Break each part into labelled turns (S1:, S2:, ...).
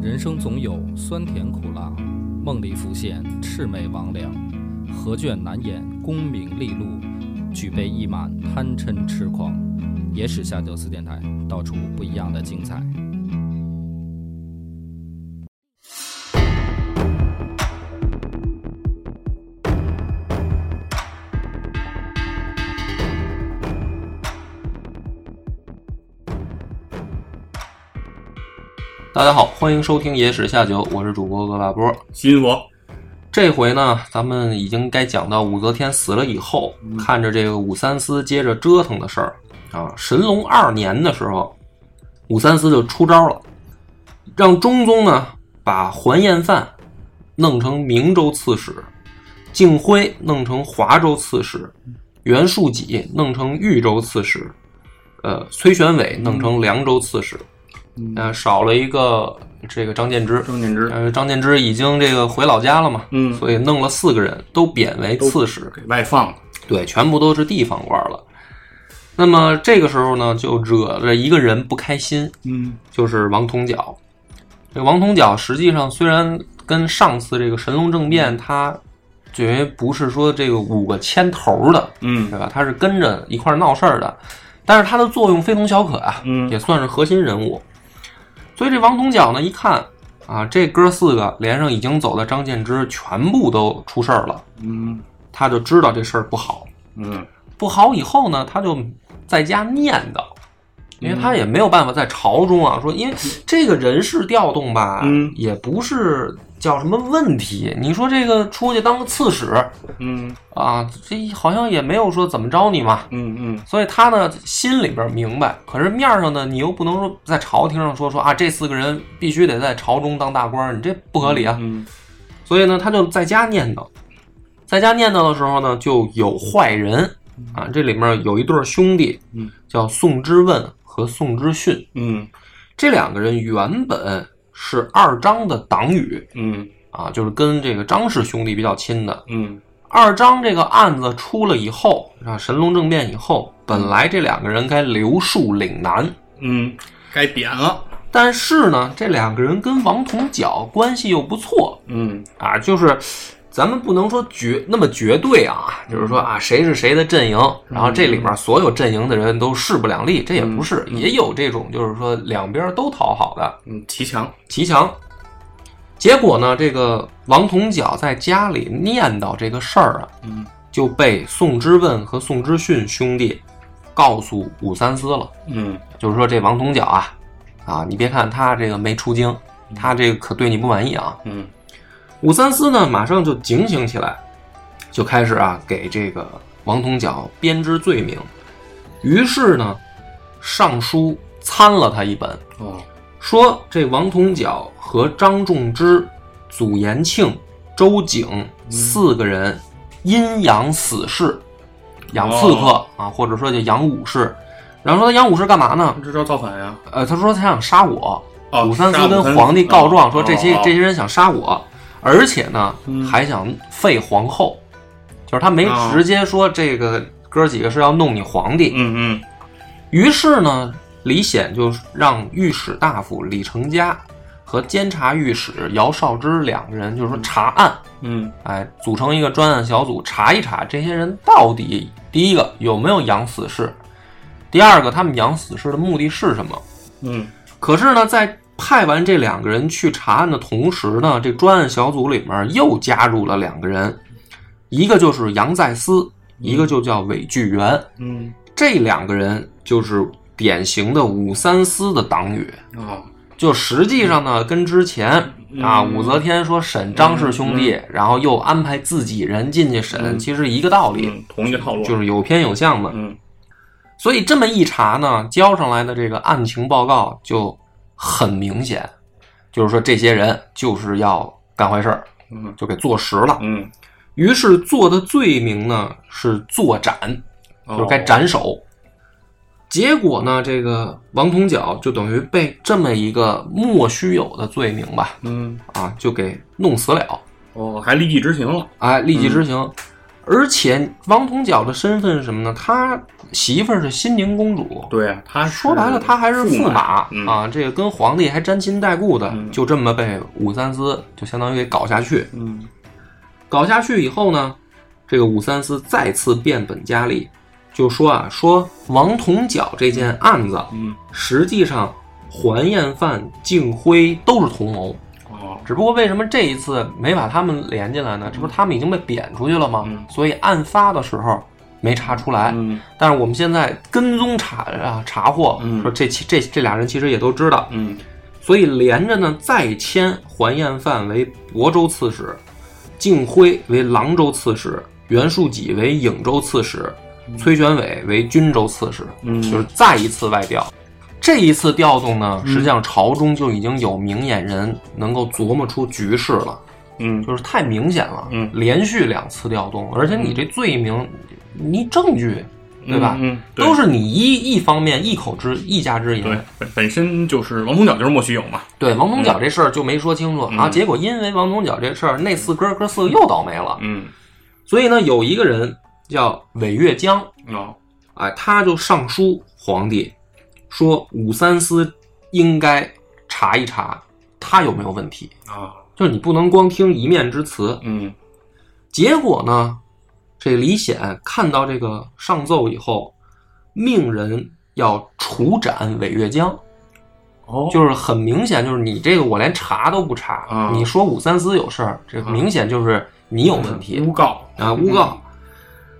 S1: 人生总有酸甜苦辣，梦里浮现魑魅魍魉，何卷难掩功名利禄，举杯一满贪嗔痴狂。野史下酒四电台，道出不一样的精彩。
S2: 大家好，欢迎收听《野史下酒》，我是主播恶霸波。
S3: 新我
S2: 这回呢，咱们已经该讲到武则天死了以后，看着这个武三思接着折腾的事儿啊。神龙二年的时候，武三思就出招了，让中宗呢把桓彦范弄成明州刺史，敬辉弄成华州刺史，袁术己弄成豫州刺史，呃，崔玄伟弄成凉州刺史，呃，少了一个这个张建之。
S3: 嗯张建之
S2: 呃，张建之已经这个回老家了嘛，
S3: 嗯
S2: 所以弄了四个人都贬为刺史，
S3: 给外放了，
S2: 对，全部都是地方官了。那么这个时候呢，就惹了一个人不开心，
S3: 嗯
S2: 就是王同角。这个王同角实际上虽然跟上次这个神龙政变，他绝不是说这个五个牵头的，
S3: 嗯
S2: 对吧？他是跟着一块儿闹事儿的，但是他的作用非同小可啊，
S3: 嗯
S2: 也算是核心人物。所以这王同角呢，一看啊，这哥四个连上已经走的张建之全部都出事儿了，
S3: 嗯
S2: 他就知道这事儿不好。
S3: 嗯
S2: 不好以后呢，他就在家念叨，因为他也没有办法在朝中啊说，因为这个人事调动吧，
S3: 嗯
S2: 也不是叫什么问题。你说这个出去当个刺史
S3: 嗯
S2: 啊，这好像也没有说怎么着你嘛，
S3: 嗯嗯
S2: 所以他呢心里边明白，可是面上呢，你又不能说在朝廷上说说啊，这四个人必须得在朝中当大官儿，你这不合理啊。
S3: 嗯
S2: 所以呢，他就在家念叨，在家念叨的时候呢，就有坏人啊，这里面有一对兄弟
S3: 嗯，
S2: 叫宋之问和宋之训，
S3: 嗯
S2: 这两个人原本是二张的党羽
S3: 嗯
S2: 啊，就是跟这个张氏兄弟比较亲的。
S3: 嗯
S2: 二张这个案子出了以后，啊，神龙政变以后，本来这两个人该留戍岭南，
S3: 嗯，该贬了，
S2: 但是呢，这两个人跟王同角关系又不错
S3: 嗯
S2: 啊，就是咱们不能说绝那么绝对啊，就是说啊，谁是谁的阵营，然后这里面所有阵营的人都势不两立，这也不是，也有这种就是说两边都讨好的
S3: 嗯，齐强，
S2: 齐强。结果呢，这个王同角在家里念叨这个事儿啊，
S3: 嗯
S2: 就被宋之问和宋之训兄弟告诉武三思了。
S3: 嗯
S2: 就是说这王同角啊，啊，你别看他这个没出京，他这个可对你不满意啊。
S3: 嗯
S2: 武三思呢，马上就警醒起来，就开始啊给这个王同角编织罪名。于是呢，上书参了他一本，
S3: 哦，
S2: 说这王同角和张仲之、祖延庆、周景四个人阴阳死士，养刺客、啊，或者说叫养武士。然后说他养武士干嘛呢？
S3: 这招造反呀，
S2: 呃，他说他想杀我，
S3: 哦，
S2: 武三思
S3: 杀
S2: 跟皇帝告状说
S3: 哦
S2: 这些
S3: 哦
S2: 这些人想杀我，而且呢
S3: 嗯
S2: 还想废皇后，就是他没
S3: 哦
S2: 直接说这个哥几个是要弄你皇帝。
S3: 嗯嗯
S2: 于是呢，李显就让御史大夫李成家和监察御史姚绍之两个人，就是说查案，
S3: 嗯
S2: 哎，组成一个专案小组查一查这些人到底第一个有没有养死士，第二个他们养死士的目的是什么。
S3: 嗯
S2: 可是呢，在派完这两个人去查案的同时呢，这专案小组里面又加入了两个人，一个就是杨再思，一个就叫韦巨源。
S3: 嗯
S2: 这两个人就是典型的武三思的党羽。
S3: 哦，
S2: 就实际上呢，跟之前啊，
S3: 嗯
S2: 武则天说审张氏兄弟，然后又安排自己人进去审，其实一个道理，
S3: 嗯，同一个套路，
S2: 就是有偏有向嘛。
S3: 嗯
S2: 所以这么一查呢，交上来的这个案情报告就很明显，就是说这些人就是要干坏事儿，
S3: 嗯
S2: 就给坐实了。
S3: 嗯，
S2: 于是做的罪名呢是坐斩，
S3: 哦
S2: 就是该斩首。结果呢，这个王同角就等于被这么一个莫须有的罪名吧，
S3: 嗯
S2: 啊，就给弄死了，啊
S3: 哦，还立即执行了，
S2: 哎，立即执行。而且王同角的身份是什么呢？他媳妇儿是新宁公主，
S3: 对啊，他是
S2: 说白了他还是驸
S3: 驸
S2: 马、
S3: 嗯
S2: 啊，这个跟皇帝还沾亲带故的，
S3: 嗯
S2: 就这么被武三思就相当于给搞下去。
S3: 嗯
S2: 搞下去以后呢，这个武三思再次变本加厉，就说啊，说王同角这件案子
S3: 嗯
S2: 实际上还彦范、敬辉都是同谋，
S3: 哦
S2: 只不过为什么这一次没把他们连进来呢？这不是他们已经被贬出去了吗？
S3: 嗯
S2: 所以案发的时候没查出来。
S3: 嗯
S2: 但是我们现在跟踪查啊查获，
S3: 嗯
S2: 说这其这这俩人其实也都知道，
S3: 嗯
S2: 所以连着呢再迁还彦范为亳州刺史，敬辉为廊州刺史，袁术己为颍州刺史，崔玄伟为均州刺史，
S3: 嗯
S2: 就是再一次外调。这一次调动呢，
S3: 嗯
S2: 实际上朝中就已经有明眼人能够琢磨出局势了，
S3: 嗯
S2: 就是太明显了。
S3: 嗯
S2: 连续两次调动，而且你这罪名，你证据对吧？
S3: 嗯，对
S2: 都是你一一方面一口之一家之言。
S3: 对本本身就是王同角就是莫须有嘛，
S2: 对王同角这事儿就没说清楚、
S3: 嗯
S2: 啊，结果因为王同角这事儿，那四哥哥四个又倒霉了。
S3: 嗯
S2: 所以呢，有一个人叫韦月江，
S3: 哦
S2: 哎，他就上书皇帝，说武三思应该查一查他有没有问题，
S3: 啊
S2: 就是你不能光听一面之词。
S3: 嗯
S2: 结果呢，这李显看到这个上奏以后，命人要处斩韦月江。
S3: 哦
S2: 就是很明显，就是你这个我连查都不查，
S3: 啊
S2: 你说武三思有事儿，这明显就是你有问题
S3: 诬告
S2: 啊，诬告。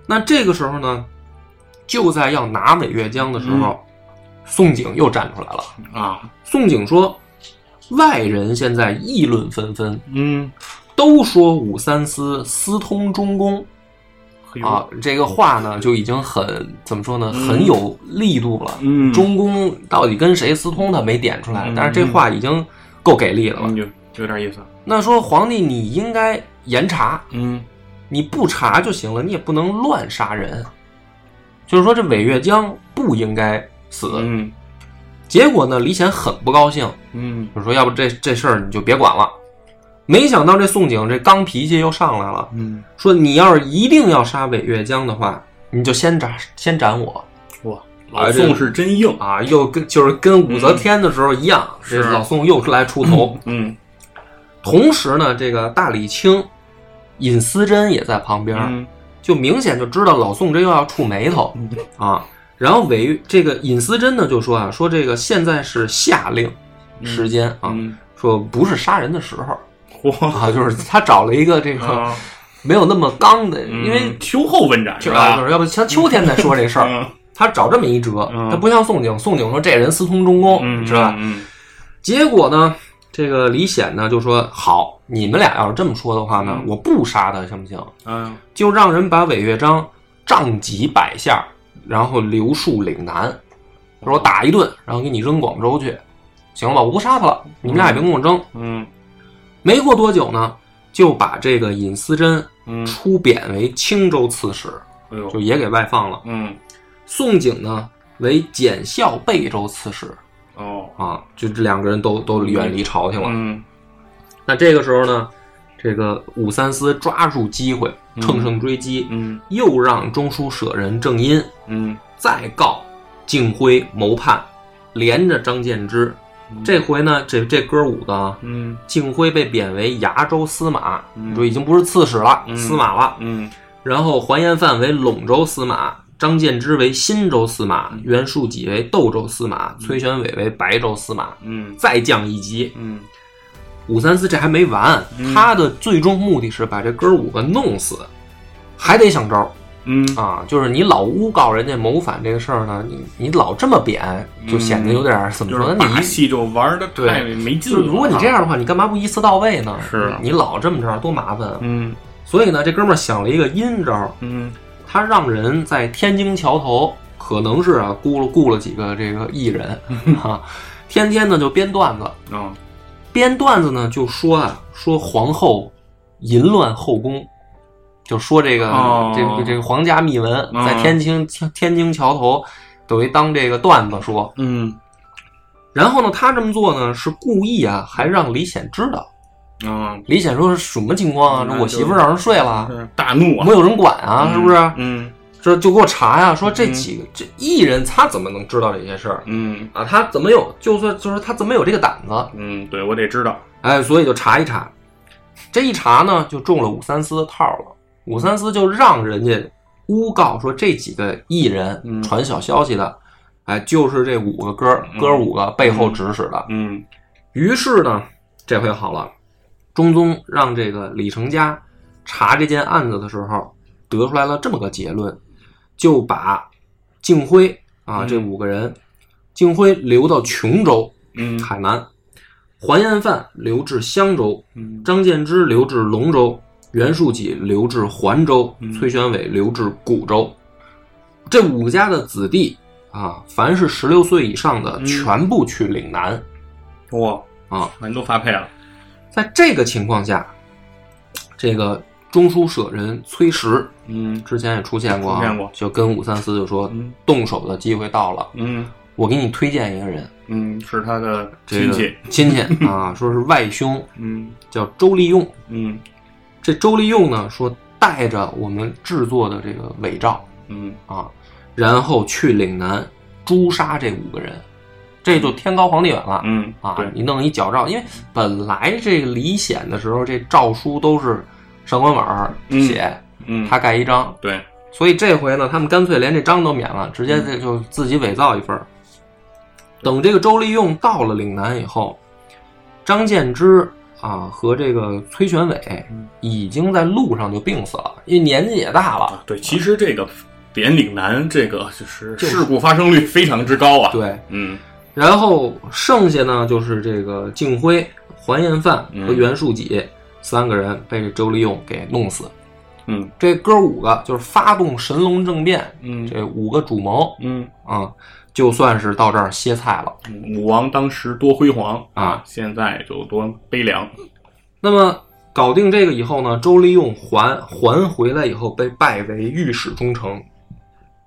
S2: 那这个时候呢，就在要拿韦月江的时候，
S3: 嗯
S2: 宋璟又站出来了。
S3: 啊
S2: 宋璟说，外人现在议论纷纷，
S3: 嗯
S2: 都说武三思私通中宫
S3: 嘿哎呦
S2: 啊，这个话呢就已经很怎么说呢，
S3: 嗯
S2: 很有力度了。
S3: 嗯
S2: 中宫到底跟谁私通，他没点出来，
S3: 嗯
S2: 但是这话已经够给力的了。
S3: 嗯有有点意思
S2: 那说皇帝，你应该严查，
S3: 嗯
S2: 你不查就行了，你也不能乱杀人。就是说，这韦月江不应该死。
S3: 嗯
S2: 结果呢，李显很不高兴，
S3: 嗯
S2: 就说：“要不这这事儿你就别管了。”没想到这宋璟这刚脾气又上来了，
S3: 嗯
S2: 说：“你要是一定要杀韦月江的话，你就先斩先斩我
S3: 哇
S2: 啊
S3: 老
S2: 这
S3: 宋是真硬
S2: 啊！”又跟就是跟武则天的时候一样，
S3: 嗯是
S2: 这老宋又来出 头。
S3: 嗯
S2: 同时呢，这个大理卿尹思贞也在旁边，
S3: 嗯
S2: 就明显就知道老宋这又要触眉头、
S3: 嗯
S2: 啊。然后韦这个尹思贞呢就说啊，说这个现在是下令时间啊，
S3: 嗯
S2: 说不是杀人的时候
S3: 嚯
S2: 啊，就是他找了一个这个
S3: 啊
S2: 没有那么刚的，
S3: 嗯
S2: 因为
S3: 秋后问斩
S2: 就是啊，
S3: 吧
S2: 就是要不像秋天再说这事儿，
S3: 嗯
S2: 他找这么一折，
S3: 嗯
S2: 他不像宋璟，宋璟说这人私通中宫，
S3: 嗯
S2: 是吧？
S3: 嗯
S2: 结果呢，这个李显呢就说：“好，你们俩要是这么说的话呢，
S3: 嗯
S2: 我不杀他行不行？
S3: 嗯
S2: 就让人把韦月章杖几百下，然后留戍岭南，说我打一顿，然后给你扔广州去，行了吧？我不杀他了，你们俩也别跟我争。
S3: 嗯
S2: 没过多久呢，就把这个尹思贞
S3: 嗯
S2: 出贬为青州刺史，
S3: 哎
S2: 就
S3: 呦
S2: 也给外放了。
S3: 嗯
S2: 宋璟呢为检校贝州刺史
S3: 哦
S2: 啊，就这两个人都都远离朝廷了。
S3: 嗯
S2: 那这个时候呢，这个武三思抓住机会，
S3: 嗯
S2: 乘胜追击，
S3: 嗯
S2: 又让中书舍人郑殷
S3: 嗯
S2: 再告敬辉谋叛，连着张建之。这回呢，这这哥五个啊，
S3: 嗯
S2: 敬辉被贬为崖州司马，
S3: 嗯
S2: 就已经不是刺史了，
S3: 嗯
S2: 司马了。
S3: 嗯
S2: 然后还彦范为陇州司马，张建之为新州司马，
S3: 嗯
S2: 袁术己为窦州司马，崔玄伟为白州司马，
S3: 嗯
S2: 再降一级。
S3: 嗯
S2: 武三思这还没完，
S3: 嗯
S2: 他的最终目的是把这哥五个弄死，还得想招儿
S3: 嗯
S2: 啊！就是你老诬告人家谋反这个事儿呢，你你老这么贬，就显得有点儿怎么
S3: 就
S2: 说
S3: 是
S2: 呢？
S3: 把
S2: 你
S3: 戏就玩的太没劲
S2: 就
S3: 了。
S2: 如果你这样的话，你干嘛不一次到位呢？
S3: 是
S2: 你老这么着多麻烦啊。
S3: 嗯
S2: 所以呢，这哥们儿想了一个阴招儿，
S3: 嗯
S2: 他让人在天津桥头，可能是啊雇了雇了几个这个艺人 啊，天天呢就编段子，
S3: 啊
S2: 编段子呢，就说啊，说皇后淫乱后宫，就说这个、
S3: 哦
S2: 这个这个皇家秘闻，
S3: 嗯
S2: 在天津天津桥头，等于当这个段子说。
S3: 嗯
S2: 然后呢，他这么做呢是故意啊，还让李显知道，
S3: 啊，
S2: 李显说什么情况啊？
S3: 嗯
S2: 这我媳妇儿让人睡了，
S3: 是大怒啊
S2: 没，有人管啊，嗯是不是？
S3: 嗯
S2: 这就给我查呀，说这几个这艺人他怎么能知道这些事儿
S3: 嗯
S2: 啊？他怎么有就算就是他怎么有这个胆子？
S3: 嗯，对我得知道，
S2: 哎，所以就查一查，这一查呢就中了武三思的套了。武三思就让人家诬告说这几个艺人
S3: 嗯
S2: 传小消息的，哎，就是这五个哥儿
S3: 嗯
S2: 哥儿五个背后指使的。
S3: 嗯
S2: 于是呢，这回好了，中宗让这个李成家查这件案子的时候，得出来了这么个结论，就把敬辉啊
S3: 嗯
S2: 这五个人，敬辉留到琼州
S3: 嗯
S2: 海南，还彦范留至襄州，
S3: 嗯
S2: 张建之留至龙州，袁术己留至环州，
S3: 嗯
S2: 崔玄伟留至古州。这五家的子弟啊，凡是十六岁以上的，
S3: 嗯
S2: 全部去岭南。
S3: 哇
S2: 啊，
S3: 反正都发配了，
S2: 在这个情况下，这个中书舍人崔实
S3: 嗯
S2: 之前也出现过啊，
S3: 出现过
S2: 就跟武三思就说，
S3: 嗯
S2: 动手的机会到了，
S3: 嗯
S2: 我给你推荐一个人，
S3: 嗯，是他的
S2: 这
S3: 亲
S2: 个
S3: 戚，
S2: 亲戚啊，说是外兄，
S3: 嗯
S2: 叫周利用。
S3: 嗯
S2: 这周利用呢，说带着我们制作的这个伪诏
S3: 嗯
S2: 啊，然后去岭南诛杀这五个人，这就天高皇帝远了。
S3: 嗯
S2: 啊
S3: 对，，
S2: 你弄一矫诏，因为本来这个李显的时候，这诏书都是上官婉儿写，
S3: 嗯
S2: 他盖一章，
S3: 对，
S2: 所以这回呢，他们干脆连这章都免了，直
S3: 嗯
S2: 接这就自己伪造一份儿。等这个周利用到了岭南以后，张建之啊和这个崔玄伟
S3: 嗯
S2: 已经在路上就病死了，因为年纪也大了。
S3: 啊，对，其实这个点岭南这个就是
S2: 就是
S3: 事故发生率非常之高啊。，
S2: 对，
S3: 嗯
S2: 然后剩下呢就是这个敬辉、还彦范和
S3: 嗯
S2: 袁术己、三个人被这周利用给弄死。
S3: 嗯
S2: 这哥五个就是发动神龙政变，
S3: 嗯
S2: 这五个主谋
S3: 嗯，
S2: 啊、就算是到这儿歇菜了。
S3: 嗯武王当时多辉煌
S2: 啊，
S3: 现在就多悲凉。
S2: 那么搞定这个以后呢，周利用还还回来以后被拜为御史中丞，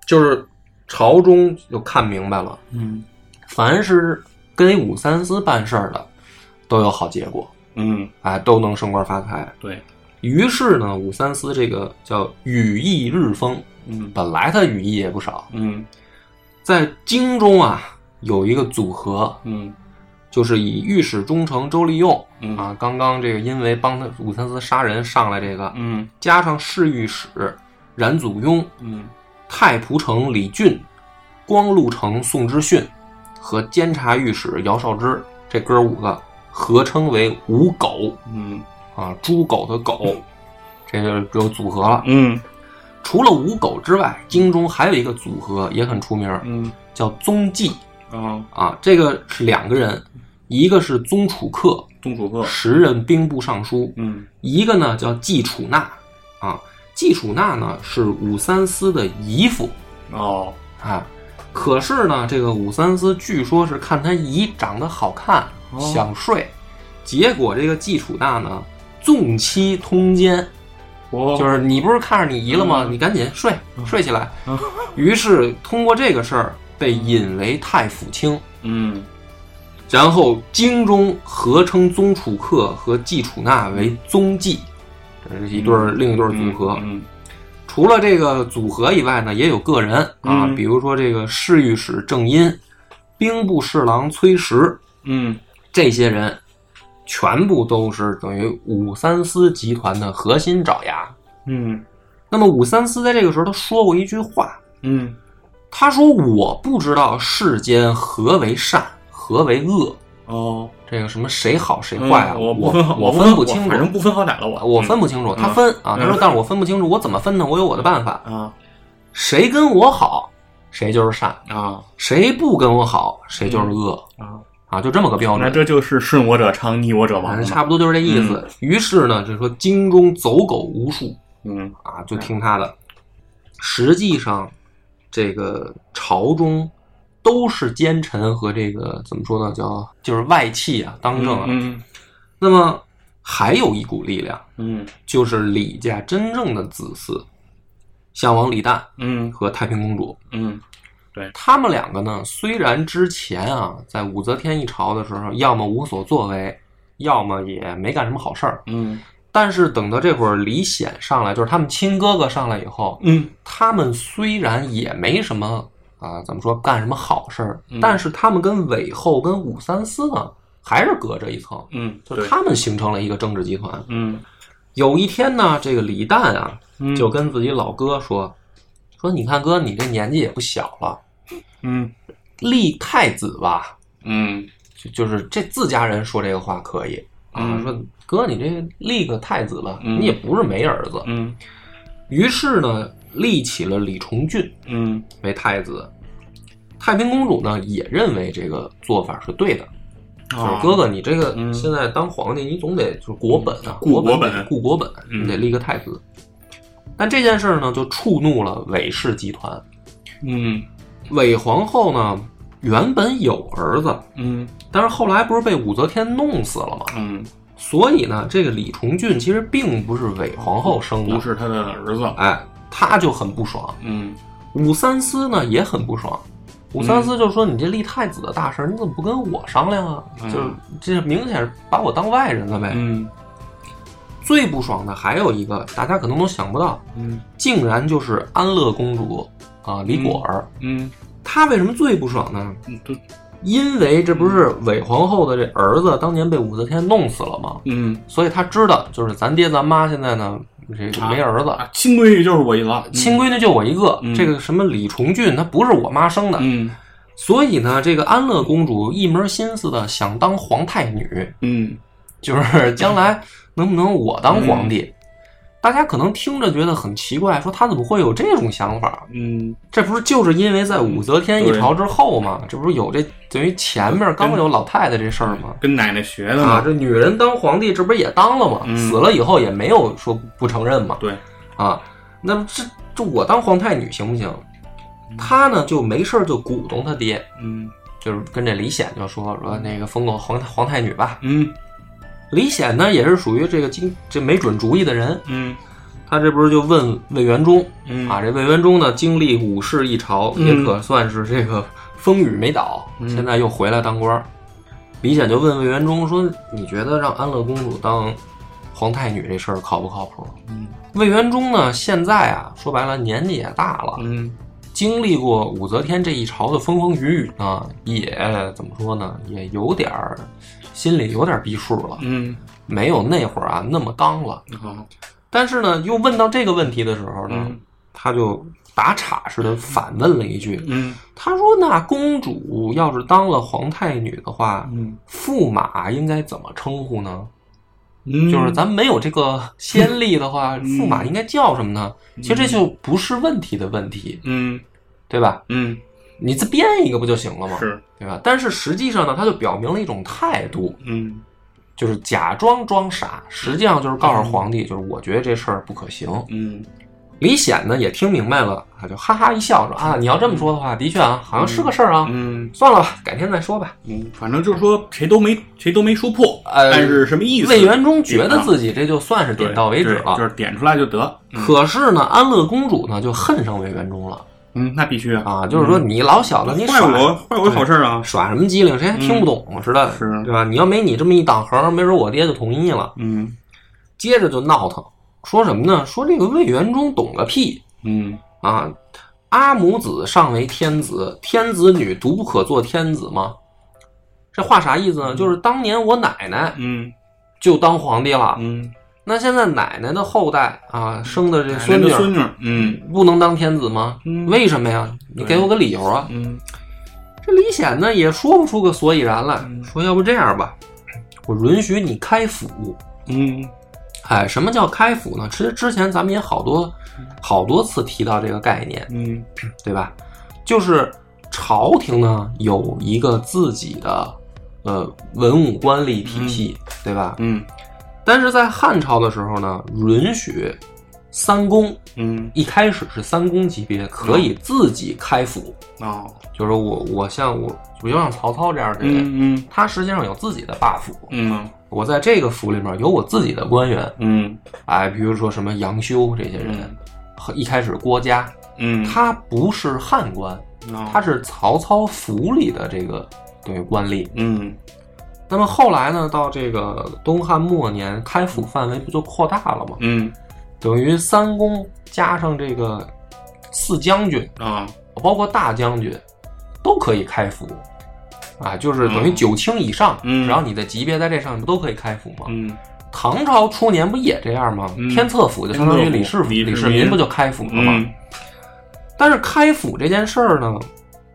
S2: 就是朝中就看明白了，
S3: 嗯
S2: 凡是跟武三思办事儿的，都有好结果，
S3: 嗯，
S2: 哎，都能升官发财。
S3: 对，
S2: 于是呢，武三思这个叫羽翼日丰，
S3: 嗯
S2: 本来他羽翼也不少，
S3: 嗯
S2: 在京中啊有一个组合
S3: 嗯
S2: 就是以御史中丞周利用
S3: 嗯
S2: 啊，刚刚这个因为帮他武三思杀人上来这个，
S3: 嗯
S2: 加上侍御史冉祖雍、
S3: 嗯
S2: 太仆丞李俊、光禄丞宋之训和监察御史姚绍之这哥五个合称为五狗
S3: 嗯
S2: 啊，猪狗的狗，这就有组合了。
S3: 嗯
S2: 除了五狗之外，京中还有一个组合也很出名，
S3: 嗯
S2: 叫宗纪
S3: 啊，
S2: 啊，这个是两个人，一个是宗楚客。
S3: 宗楚客，
S2: 时任兵部尚书，
S3: 嗯
S2: 一个呢叫季楚纳啊，季楚纳呢是武三思的姨父
S3: 哦，
S2: 啊。可是呢，这个武三思据说是看他姨长得好看，
S3: 哦
S2: 想睡，结果这个季楚纳呢纵妻通奸，
S3: 我
S2: 就是你不是看上你姨了吗？
S3: 哦嗯
S2: 你赶紧睡睡起来
S3: 嗯。
S2: 于是通过这个事儿被引为太府卿。
S3: 嗯
S2: 然后京中合称宗楚客和季楚纳为宗季，这是一对儿、另一对儿组合。
S3: 嗯
S2: 除了这个组合以外呢，也有个人啊，
S3: 嗯
S2: 比如说这个侍御史郑殷、兵部侍郎崔实
S3: 嗯
S2: 这些人，全部都是等于武三思集团的核心爪牙。
S3: 嗯
S2: 那么武三思在这个时候他说过一句话，
S3: 嗯
S2: 他说：“我不知道世间何为善，何为恶。”
S3: 哦，
S2: 这个什么谁好谁坏啊？
S3: 嗯
S2: 我
S3: 我不分
S2: 我
S3: 我
S2: 分
S3: 不
S2: 清楚，啊
S3: 反正不分好歹了，我
S2: 我分不清楚。
S3: 嗯
S2: 他分啊，
S3: 嗯
S2: 他说，但是我分不清楚，我怎么分呢？我有我的办法。
S3: 啊
S2: 谁跟我好，谁就是善；
S3: 啊
S2: 谁不跟我好，谁就是恶
S3: 啊，
S2: 啊，就这么个标
S3: 那
S2: 准。
S3: 这就是顺我者昌，逆我者亡
S2: 反
S3: 了
S2: 正
S3: 嘛
S2: 差不多就是这意思。于是呢，就说京中走狗无数
S3: 嗯
S2: 啊，就听他的。实际上，这个朝中都是奸臣和这个怎么说呢，叫就是外戚啊，当政啊。
S3: 嗯
S2: 那么还有一股力量。
S3: 嗯
S2: 就是李家真正的子嗣，项王李旦
S3: 嗯
S2: 和太平公主。
S3: 嗯
S2: 他们两个呢，虽然之前啊，在武则天一朝的时候，要么无所作为，要么也没干什么好事儿。
S3: 嗯
S2: 但是等到这会儿李显上来，就是他们亲哥哥上来以后，
S3: 嗯
S2: 他们虽然也没什么啊、怎么说干什么好事儿
S3: 嗯，
S2: 但是他们跟韦后跟武三思呢，还是隔着一层，
S3: 嗯，
S2: 就是
S3: 对，
S2: 他们形成了一个政治集团。
S3: 嗯
S2: 有一天呢，这个李旦啊，
S3: 嗯
S2: 就跟自己老哥说：“说你看哥，你这年纪也不小了，
S3: 嗯
S2: 立太子吧，
S3: 嗯
S2: 就就是这自家人说这个话可以啊，
S3: 嗯
S2: 说哥，你这立个太子吧，
S3: 嗯
S2: 你也不是没儿子。
S3: 嗯
S2: 于是呢，立起了李重俊
S3: 嗯
S2: 为太子。太平公主呢，也认为这个做法是对的，就是
S3: 啊
S2: 哥哥，你这个
S3: 嗯
S2: 现在当皇帝，你总得就是国本啊，
S3: 顾
S2: 国
S3: 国本
S2: 得顾国本，
S3: 嗯
S2: 你得立个太子。但这件事儿呢，就触怒了韦氏集团。
S3: 嗯
S2: 韦皇后呢，原本有儿子，
S3: 嗯
S2: 但是后来不是被武则天弄死了吗？
S3: 嗯，
S2: 所以呢，这个李重俊其实并不是韦皇后生的，
S3: 不，是他的儿子，
S2: 哎，他就很不爽。
S3: 嗯
S2: 武三思呢也很不爽，武三思就说：“你这立太子的大事儿，你怎么不跟我商量啊？
S3: 嗯
S2: 就是这明显是把我当外人了呗。
S3: 嗯
S2: 最不爽的还有一个，大家可能都想不到，
S3: 嗯
S2: 竟然就是安乐公主啊、李果儿。
S3: 嗯，
S2: 她为什么最不爽呢？
S3: 都
S2: 因为这不是韦皇后的这儿子当年被武则天弄死了吗？
S3: 嗯
S2: 所以她知道，就是咱爹咱妈现在呢，这个没儿子，
S3: 啊，亲闺女就是我一郎，
S2: 亲闺女就我一个。
S3: 嗯
S2: 这个什么李重俊，他不是我妈生的，
S3: 嗯
S2: 所以呢，这个安乐公主一门心思的想当皇太女，
S3: 嗯
S2: 就是 将来能不能我当皇
S3: 嗯
S2: 帝？大家可能听着觉得很奇怪，说她怎么会有这种想法？
S3: 嗯，
S2: 这不是就是因为在武则天一朝之后嘛？这不是有这等于前
S3: 呃
S2: 面刚有老太太这事儿吗？
S3: 跟奶奶学的
S2: 啊，
S3: 嘛，
S2: 这女人当皇帝，这不是也当了吗？
S3: 嗯
S2: 死了以后也没有说不承认嘛。
S3: 对，
S2: 啊，那么这这我当皇太女行不行？她呢就没事儿就鼓动她爹，
S3: 嗯
S2: 就是跟这李显就说说那个封个皇皇太女吧。
S3: 嗯
S2: 李显呢也是属于这个经这没准主意的人，
S3: 嗯
S2: 他这不是就问魏元忠
S3: 嗯
S2: 啊？这魏元忠呢经历五世一朝，
S3: 嗯
S2: 也可算是这个风雨没倒，
S3: 嗯
S2: 现在又回来当官儿。李显就问魏元忠说：“你觉得让安乐公主当皇太女这事儿靠不靠谱？”
S3: 嗯
S2: 魏元忠呢，现在啊，说白了年纪也大了，
S3: 嗯
S2: 经历过武则天这一朝的风风雨雨呢，也怎么说呢，也有点儿心里有点儿逼数了，
S3: 嗯，
S2: 没有那会儿啊那么刚了。
S3: 好，
S2: 但是呢，又问到这个问题的时候呢，
S3: 嗯
S2: 他就打岔似的反问了一句
S3: 嗯：“
S2: 他说，那公主要是当了皇太女的话，
S3: 嗯
S2: 驸马应该怎么称呼呢？”
S3: 嗯，
S2: 就是咱没有这个先例的话，驸马应该叫什么呢？其实这就不是问题的问题，
S3: 嗯
S2: 对吧？
S3: 嗯
S2: 你自编一个不就行了吗？
S3: 是
S2: 对吧？但是实际上呢，他就表明了一种态度，
S3: 嗯
S2: 就是假装装傻，实际上就是告诉皇帝，就是我觉得这事儿不可行。
S3: 嗯
S2: 李显呢也听明白了，他就哈哈一笑说啊，你要这么说的话，的确啊，好像是个事儿啊。
S3: 嗯
S2: 算了吧，改天再说吧。
S3: 嗯，反正就是说谁都没谁都没说破，
S2: 呃
S3: 但是什么意思？啊
S2: 魏元忠觉得自己这就算是点到为止
S3: 对对就
S2: 了，
S3: 是点出来就得。嗯
S2: 可是呢，安乐公主呢就恨上魏元忠了。
S3: 嗯，那必须啊，
S2: 啊，就是说你老小子，你
S3: 坏
S2: 耍
S3: 我坏我好事儿啊。
S2: 耍什么机灵，谁还听不懂似的，
S3: 是
S2: 对吧？你要没你这么一挡横，没准我爹就同意了。
S3: 嗯
S2: 接着就闹腾，说什么呢？说这个魏元忠懂个屁
S3: 嗯
S2: 啊！阿母子尚为天子，天子女独不可做天子嘛。这话啥意思呢？就是当年我奶奶
S3: 嗯
S2: 就当皇帝了，
S3: 嗯，
S2: 那现在奶奶的后代啊，生的这
S3: 奶奶
S2: 孙女
S3: 的
S2: 儿
S3: 孙女儿，嗯
S2: 不能当天子吗？
S3: 嗯
S2: 为什么呀？你给我个理由啊！
S3: 嗯
S2: 这李显呢也说不出个所以然来，
S3: 嗯
S2: 说要不这样吧，我允许你开府。
S3: 嗯
S2: 哎，什么叫开府呢？其实之前咱们也好多好多次提到这个概念，
S3: 嗯
S2: 对吧？就是朝廷呢有一个自己的呃文武官吏体系，对吧？
S3: 嗯
S2: 但是在汉朝的时候呢，允许三公
S3: 嗯
S2: 一开始是三公级别可以自己开府，
S3: 哦
S2: 就是我我像我我就像曹操这样的人。
S3: 嗯嗯
S2: 他实际上有自己的霸府，
S3: 嗯
S2: 我在这个府里面有我自己的官员，
S3: 嗯
S2: 哎，比如说什么杨修这些人
S3: 嗯，
S2: 和一开始郭嘉，
S3: 嗯，
S2: 他不是汉官，
S3: 哦
S2: 他是曹操府里的这个等于官吏。
S3: 嗯
S2: 那么后来呢，到这个东汉末年，开府范围不就扩大了吗？
S3: 嗯
S2: 等于三公加上这个四将军，
S3: 啊，
S2: 包括大将军，都可以开府。啊，就是等于
S3: 嗯
S2: 九卿以上，
S3: 嗯
S2: 只要你的级别在这上，你不都可以开府吗？
S3: 嗯
S2: 唐朝初年不也这样吗？
S3: 嗯
S2: 天策府就相当于李世
S3: 李世民
S2: 李世民不就开府了吗？
S3: 嗯
S2: 但是开府这件事儿呢，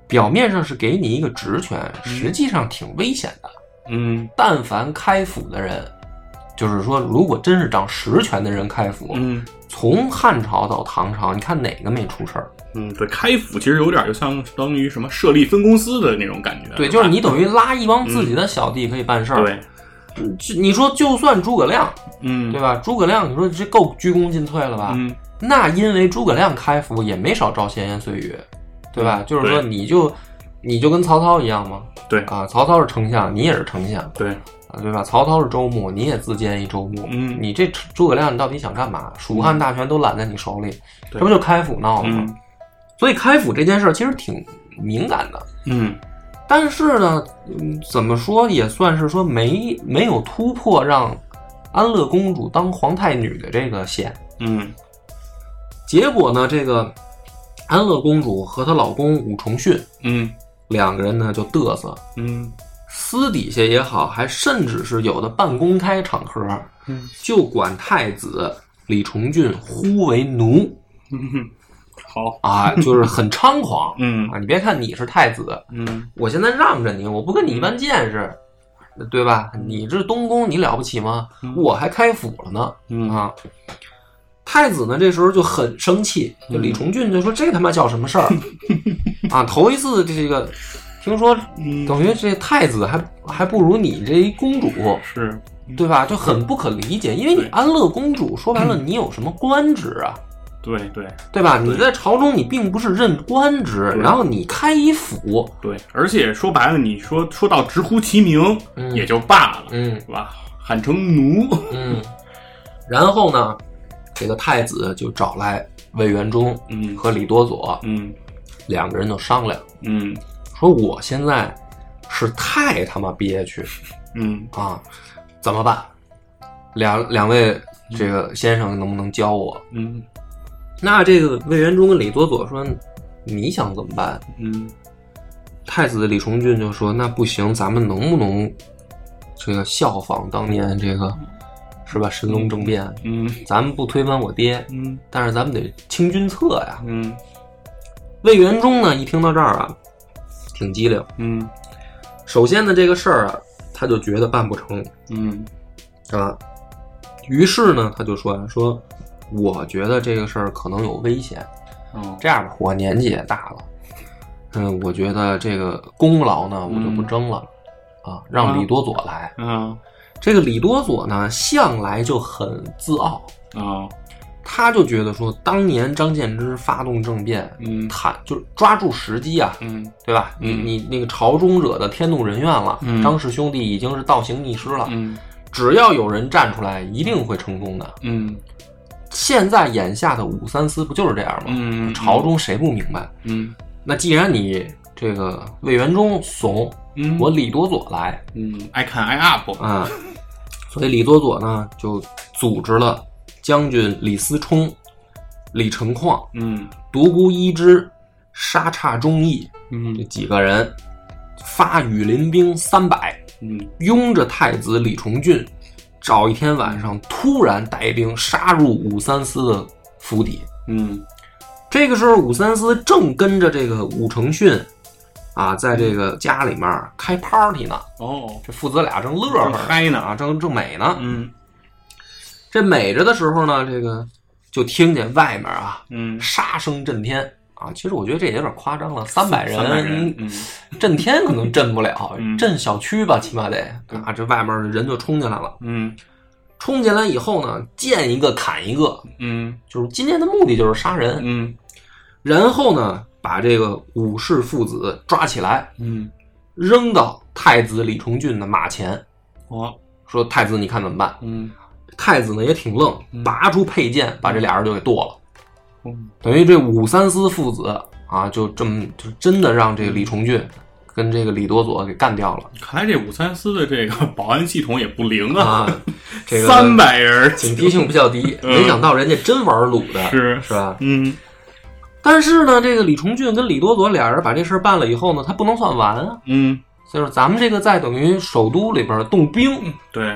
S2: 表面上是给你一个职权，实际上挺危险的。
S3: 嗯
S2: 但凡开府的人，就是说，如果真是掌实权的人开府，
S3: 嗯
S2: 从汉朝到唐朝，你看哪个没出事儿？
S3: 嗯，对，开府其实有点就相当于什么设立分公司的那种感觉。
S2: 对，
S3: 吧
S2: 就是你等于拉一帮自己的小弟可以办事儿。嗯
S3: 对，
S2: 就你说就算诸葛亮，
S3: 嗯
S2: 对吧？诸葛亮，你说这够鞠躬尽瘁了吧？
S3: 嗯
S2: 那因为诸葛亮开府也没少招闲言碎语，对吧？就是说
S3: 嗯对
S2: 你就你就跟曹操一样嘛，
S3: 对
S2: 啊，曹操是丞相，你也是丞相
S3: 对，
S2: 啊，对吧？曹操是周牧，你也自荐一周牧，
S3: 嗯
S2: 你这诸葛亮你到底想干嘛？蜀汉大权都揽在你手里，这
S3: 嗯对
S2: 不就开府闹了吗？
S3: 嗯
S2: 所以开府这件事儿其实挺敏感的，
S3: 嗯
S2: 但是呢，嗯，怎么说也算是说没没有突破让安乐公主当皇太女的这个线，
S3: 嗯
S2: 结果呢，这个安乐公主和她老公武重训
S3: 嗯
S2: 两个人呢就嘚瑟，
S3: 嗯
S2: 私底下也好，还甚至是有的半公开场合，
S3: 嗯
S2: 就管太子李重俊呼为奴
S3: 嗯，好，
S2: 啊，就是很猖狂
S3: 嗯
S2: 啊！你别看你是太子，
S3: 嗯
S2: 我现在让着你，我不跟你一般见识，对吧？你这东宫你了不起吗？
S3: 嗯
S2: 我还开府了呢，
S3: 嗯
S2: 啊。太子呢，这时候就很生气，就
S3: 嗯
S2: 李重俊就说：“这他妈叫什么事儿 啊？头一次这个，听说
S3: 嗯
S2: 等于这太子还还不如你这一公主，
S3: 是，
S2: 对吧？就很不可理解，因为你
S3: 嗯对
S2: 安乐公主说白了，你有什么官职啊？
S3: 对对
S2: 对吧？你在朝中你并不是任官职，
S3: 对
S2: 然后你开一府，
S3: 对，而且说白了，你说说到直呼其名
S2: 嗯
S3: 也就罢了，
S2: 嗯
S3: 是吧？喊成奴，
S2: 嗯。然后呢，这个太子就找来魏元忠
S3: 嗯
S2: 和李多佐
S3: 嗯
S2: 两个人就商量。”
S3: 嗯
S2: 说我现在是太他妈憋屈
S3: 嗯
S2: 啊，怎么办？两两位这个先生能不能教我？
S3: 嗯
S2: 那这个魏元忠跟李多佐说，你想怎么办？
S3: 嗯
S2: 太子李重俊就说，那不行，咱们能不能这个效仿当年这个是吧？神龙政变，
S3: 嗯
S2: 咱们不推翻我爹，
S3: 嗯
S2: 但是咱们得清君侧呀。
S3: 嗯
S2: 魏元忠呢，一听到这儿啊，挺机灵。
S3: 嗯
S2: 首先呢，这个事儿啊，他就觉得办不成，
S3: 嗯
S2: 啊，于是呢，他就说呀，说我觉得这个事儿可能有危险。
S3: 哦
S2: 这样吧，我年纪也大了，嗯，我觉得这个功劳呢，我就
S3: 嗯
S2: 不争了，啊，让李多佐来。
S3: 啊
S2: 这个李多佐呢，向来就很自傲，
S3: 啊
S2: 他就觉得说，当年张建之发动政变，
S3: 嗯
S2: 他就是抓住时机啊，
S3: 嗯
S2: 对吧？你
S3: 嗯
S2: 你那个朝中惹得天怒人怨了，
S3: 嗯
S2: 张氏兄弟已经是倒行逆施了，
S3: 嗯
S2: 只要有人站出来，一定会成功的。
S3: 嗯
S2: 现在眼下的五三思不就是这样吗？
S3: 嗯
S2: 朝中谁不明白？
S3: 嗯
S2: 那既然你这个魏元忠怂，
S3: 嗯
S2: 我李多佐来
S3: 嗯爱看爱 up
S2: 啊、所以李多佐呢就组织了将军李思冲、李成况、
S3: 嗯
S2: 独孤一之、沙刹忠义这
S3: 嗯
S2: 几个人发羽林兵三百，
S3: 嗯
S2: 拥着太子李重俊，找一天晚上突然带兵杀入武三思的府邸。
S3: 嗯
S2: 这个时候，武三思正跟着这个武承训啊，在这个家里面开 party 呢。
S3: 哦
S2: 这父子俩正乐呵
S3: 正嗨呢
S2: 啊，正正美呢。
S3: 嗯
S2: 这美着的时候呢，这个就听见外面啊
S3: 嗯
S2: 杀声震天啊。其实我觉得这也有点夸张了，三百人，
S3: 三百人嗯
S2: 震天可能震不了，
S3: 嗯
S2: 震小区吧，起码得啊。这外面人就冲进来了，
S3: 嗯
S2: 冲进来以后呢，见一个砍一个，
S3: 嗯
S2: 就是今天的目的就是杀人。
S3: 嗯
S2: 然后呢，把这个武氏父子抓起来，
S3: 嗯
S2: 扔到太子李重俊的马前，
S3: 我
S2: 说：“太子，你看怎么办
S3: 嗯？”
S2: 太子呢也挺愣，拔出佩剑，把这俩人就给剁了。
S3: 嗯嗯
S2: 等于这武三思父子啊，就这么就真的让这李重俊跟这个李多佐给干掉了
S3: 看来这武三思的这个保安系统也不灵啊，
S2: 啊。这个
S3: 三百人儿
S2: 警惕性比较低，
S3: 嗯
S2: 没想到人家真玩鲁的，
S3: 是
S2: 是吧？
S3: 嗯，
S2: 但是呢，这个李重俊跟李多佐俩人把这事儿办了以后呢，他不能算完啊。
S3: 嗯，
S2: 就是咱们这个在等于首都里边动兵
S3: 对，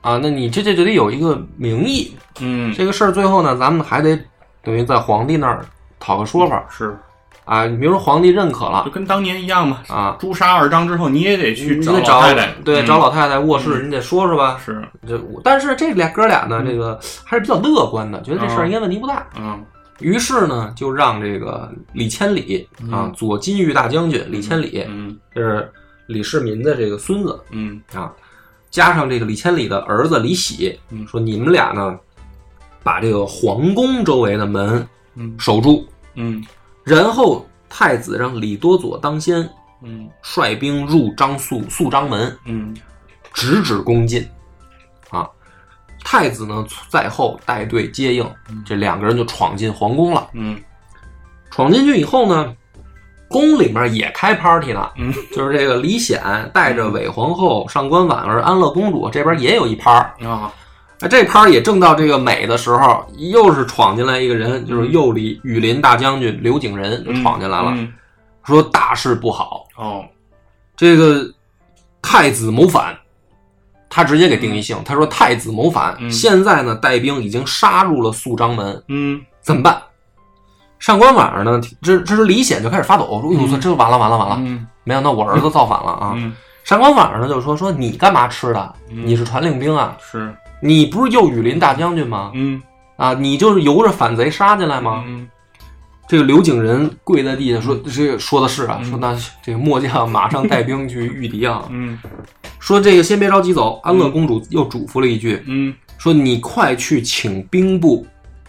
S2: 啊，那你这这就得有一个名义。
S3: 嗯，
S2: 这个事儿最后呢，咱们还得等于在皇帝那儿讨个说法
S3: 是
S2: 啊。你比如说皇帝认可
S3: 就
S2: 了
S3: 跟当年一样嘛。
S2: 啊，
S3: 诛杀二张之后，你也得去
S2: 你
S3: 找
S2: 得
S3: 老太太，
S2: 对
S3: 嗯嗯
S2: 找老太太卧室，你得说说吧。
S3: 是，
S2: 这我但是这俩哥俩呢，这个还是比较乐观的，觉得这事儿
S3: 嗯
S2: 应该问题不大。
S3: 嗯
S2: 于是呢，就让这个李千里啊，左金玉大将军李千里，
S3: 嗯
S2: 就是李世民的这个孙子
S3: 嗯
S2: 啊，加上这个李千里的儿子李喜
S3: 嗯，
S2: 说你们俩呢，把这个皇宫周围的门
S3: 嗯
S2: 守住，
S3: 嗯
S2: 然后太子让李多佐当先
S3: 嗯
S2: 率兵入张肃肃张门，
S3: 嗯
S2: 直指宫进，啊，太子呢在后带队接应，这两个人就闯进皇宫了。
S3: 嗯
S2: 闯进去以后呢，宫里面也开 party 呢，
S3: 嗯
S2: 就是这个李显带着伪皇后、上官婉儿、安乐公主这边也有一趴儿。
S3: 嗯啊，
S2: 那这趴儿也正到这个美的时候，又是闯进来一个人，就是右李羽林大将军刘景仁就
S3: 嗯
S2: 闯进来了，
S3: 嗯
S2: 说大事不好，
S3: 哦，
S2: 这个太子谋反。他直接给定一性，他说太子谋反，
S3: 嗯
S2: 现在呢带兵已经杀入了肃章门，
S3: 嗯
S2: 怎么办？上官婉儿呢？这这时李显就开始发抖，说：“哎呦，这这完了完了完了！
S3: 嗯
S2: 没想到我儿子造反了啊！”
S3: 嗯
S2: 上官婉儿呢就说：“说你干嘛吃的？
S3: 嗯
S2: 你是传令兵啊？
S3: 是，
S2: 你不是右羽林大将军吗？
S3: 嗯
S2: 啊，你就是由着反贼杀进来吗？”
S3: 嗯
S2: 这个刘景仁跪在地下说：“这说的是啊，
S3: 嗯
S2: 说那这个末将马上带兵去御敌啊！
S3: 嗯
S2: 说这个先别着急走。”安乐公主又嘱咐了一句
S3: 嗯：“
S2: 说你快去请兵部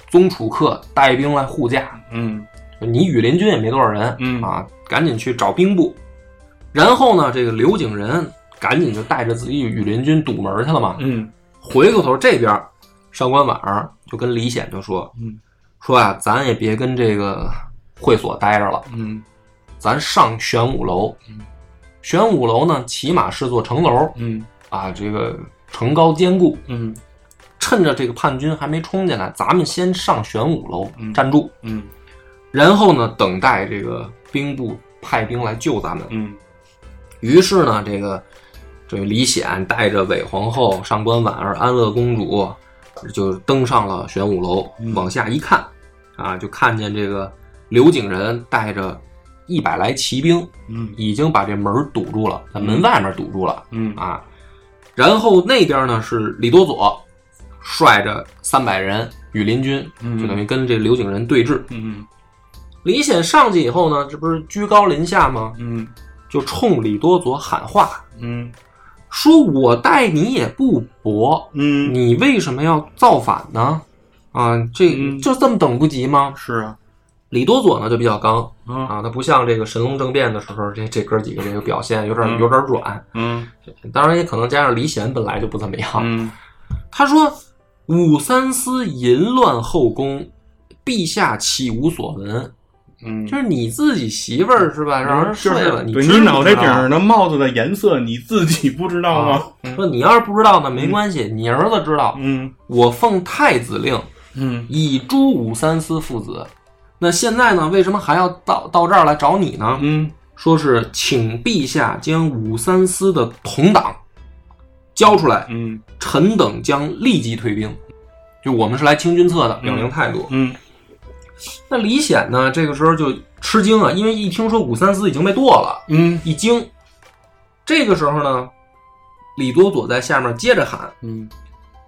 S2: 宗楚客带兵来护驾。”
S3: 嗯
S2: 你羽林军也没多少人，
S3: 嗯
S2: 啊，赶紧去找兵部。然后呢，这个刘景仁赶紧就带着自己羽林军堵门去了嘛。
S3: 嗯
S2: 回过头这边，上官婉儿就跟李显就说
S3: 嗯
S2: 说啊，咱也别跟这个会所待着了，
S3: 嗯
S2: 咱上玄武楼
S3: 嗯。
S2: 玄武楼呢，起码是座城楼
S3: 嗯
S2: 啊，这个城高坚固。
S3: 嗯
S2: 趁着这个叛军还没冲进来，咱们先上玄武楼
S3: 嗯
S2: 站住。
S3: 嗯
S2: 然后呢，等待这个兵部派兵来救咱们。
S3: 嗯
S2: 于是呢，这个这个李显带着伪皇后、上官婉儿、安乐公主，就登上了玄武楼。
S3: 嗯
S2: 往下一看，啊，就看见这个刘景仁带着一百来骑兵，
S3: 嗯
S2: 已经把这门儿堵住了，在门外面堵住了
S3: 嗯
S2: 啊。然后那边呢是李多佐率着三百人羽林军，
S3: 嗯
S2: 就等于跟这刘景仁对峙。
S3: 嗯
S2: 李显上去以后呢，这不是居高临下吗？
S3: 嗯
S2: 就冲李多佐喊话，
S3: 嗯
S2: 说：“我待你也不薄，
S3: 嗯，
S2: 你为什么要造反呢？啊，这
S3: 嗯
S2: 就这么等不及吗
S3: 是啊？”
S2: 李多佐呢就比较刚
S3: 啊
S2: 啊，他不像这个神龙政变的时候，这这哥几个这个表现有点
S3: 嗯
S2: 有点软。
S3: 嗯
S2: 当然也可能加上李显本来就不怎么样。
S3: 嗯
S2: 他说：“武三思淫乱后宫，陛下岂无所闻？
S3: 嗯
S2: 就是你自己媳妇儿是吧？让人睡了，
S3: 就是对
S2: 知不
S3: 脑袋
S2: 知道
S3: 顶上的帽子的颜色你自己不知道吗？
S2: 说你要是不知道呢，没关系，你儿子知道。
S3: 嗯
S2: 我奉太子令，
S3: 嗯
S2: 以诛武三思父子。那现在呢，为什么还要到到这儿来找你呢？
S3: 嗯
S2: 说是请陛下将武三思的同党交出来，
S3: 嗯
S2: 臣等将立即退兵。就我们是来清君侧的，表明态度。
S3: 嗯
S2: 那李显呢，这个时候就吃惊啊，因为一听说武三思已经被剁了，
S3: 嗯
S2: 一惊。这个时候呢，李多佐在下面接着喊
S3: 嗯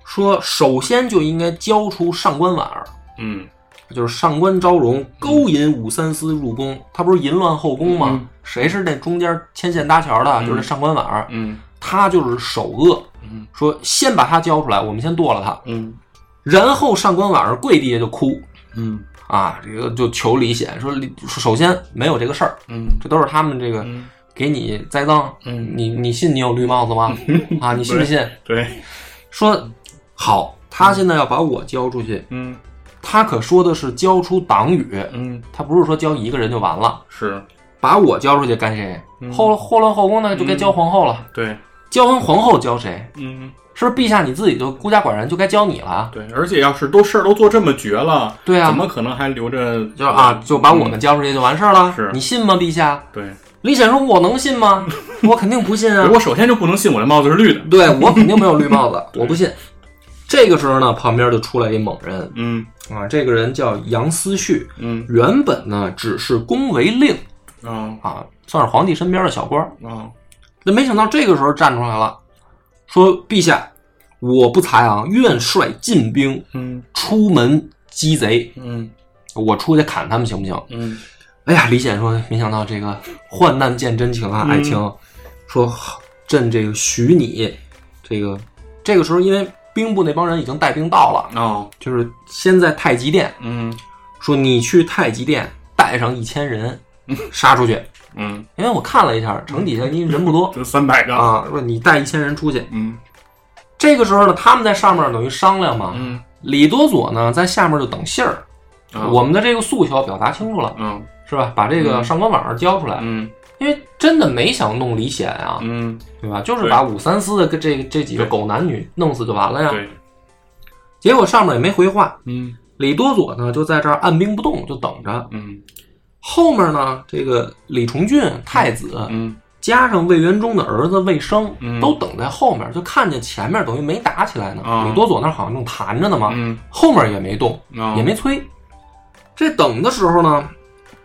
S2: 说：“首先就应该交出上官婉儿，
S3: 嗯
S2: 就是上官昭容勾引武三思入宫，他不是淫乱后宫吗？
S3: 嗯
S2: 谁是那中间牵线搭桥的？就是上官婉儿，
S3: 嗯
S2: 他就是首恶。
S3: 嗯
S2: 说先把他交出来，我们先剁了他，
S3: 嗯
S2: 然后上官婉儿跪地下就哭
S3: 嗯
S2: 啊，这个就求李显说李：首先没有这个事儿，
S3: 嗯
S2: 这都是他们这个。
S3: 嗯，
S2: 给你栽赃，
S3: 嗯
S2: 你你信你有绿帽子 吗？啊，你信不信？
S3: 对，
S2: 说好，他现在要把我交出去，
S3: 嗯
S2: 他可说的是交出党羽，
S3: 嗯
S2: 他不是说交一个人就完了。
S3: 是，
S2: 把我交出去干谁？
S3: 嗯
S2: 后后乱后宫那就该交皇后了，
S3: 对，
S2: 交完皇后交谁？
S3: 嗯，
S2: 是不是陛下你自己就孤家寡人就该交你了啊？
S3: 对，而且要是都事儿都做这么绝了，
S2: 对啊
S3: 怎么可能还留着？
S2: 就是啊，就把我们交出去就完事儿了。
S3: 是
S2: 你信吗，陛下？
S3: 对，
S2: 李显说：“我能信 吗？我肯定不信啊！
S3: 我首先就不能信我这帽子是绿的。
S2: 对我肯定没有绿帽子，我不信。”这个时候呢，旁边就出来一猛人
S3: 嗯
S2: 啊，这个人叫杨思绪，
S3: 嗯
S2: 原本呢只是宫闱令
S3: 啊
S2: 啊，算是皇帝身边的小官儿。
S3: 啊
S2: 那没想到这个时候站出来了，说：“陛下，我不才啊，愿率禁兵
S3: 嗯
S2: 出门击贼，
S3: 嗯
S2: 我出去砍他们行不行？”
S3: 嗯
S2: 哎呀，李显说，没想到这个患难见真情啊，
S3: 嗯
S2: 爱卿、说朕这个许你，这个这个时候因为兵部那帮人已经带兵到了，
S3: 哦
S2: 就是先在太极殿
S3: 嗯
S2: 说你去太极殿带上一千人杀出去，
S3: 嗯，
S2: 因为我看了一下城底下因为人不多
S3: 就三百个。
S2: 啊，说你带一千人出去。啊
S3: 嗯
S2: 这个时候呢，他们在上面等于商量嘛，
S3: 嗯
S2: 李多佐呢在下面就等信儿，
S3: 啊
S2: 我们的这个诉求表达清楚了，
S3: 嗯
S2: 是吧？把这个上官婉儿交出来。
S3: 嗯
S2: 因为真的没想弄李显啊，
S3: 嗯，
S2: 对吧？就是把武三思的跟这这几个狗男女弄死就完了呀。
S3: 对，
S2: 结果上面也没回话，
S3: 嗯
S2: 李多佐呢就在这儿按兵不动，就等着。
S3: 嗯
S2: 后面呢，这个李重俊太子
S3: 嗯
S2: 加上魏元忠的儿子魏生
S3: 嗯
S2: 都等在后面，就看见前面等于没打起来呢。
S3: 啊
S2: 李多佐那儿好像正谈着呢嘛，
S3: 嗯，
S2: 后面也没动，
S3: 啊
S2: 也没催。这等的时候呢，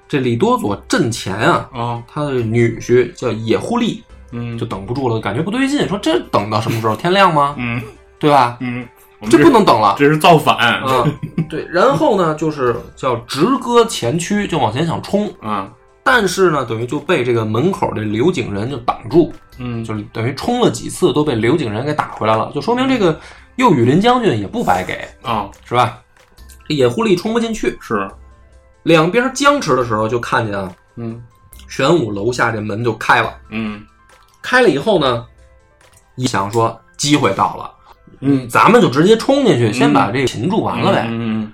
S2: 这李多佐阵前啊，
S3: 啊
S2: 他的女婿叫野忽利，
S3: 嗯
S2: 就等不住了，感觉不对劲，说这等到什么时候？天亮吗？
S3: 嗯
S2: 对吧？
S3: 嗯，我们
S2: 这不能等了。
S3: 这是造反。
S2: 嗯，对。然后呢，就是叫直戈前驱，就往前想冲，
S3: 啊
S2: 但是呢，等于就被这个门口的刘景仁就挡住，
S3: 嗯
S2: 就是等于冲了几次都被刘景仁给打回来了，就说明这个右羽林将军也不白给，
S3: 啊
S2: 是吧？这野狐狸冲不进去，
S3: 是
S2: 两边僵持的时候，就看见啊，
S3: 嗯
S2: 玄武楼下这门就开了，
S3: 嗯
S2: 开了以后呢，一想说机会到了。
S3: 嗯
S2: 咱们就直接冲进去，先把这个擒住完了呗。
S3: 嗯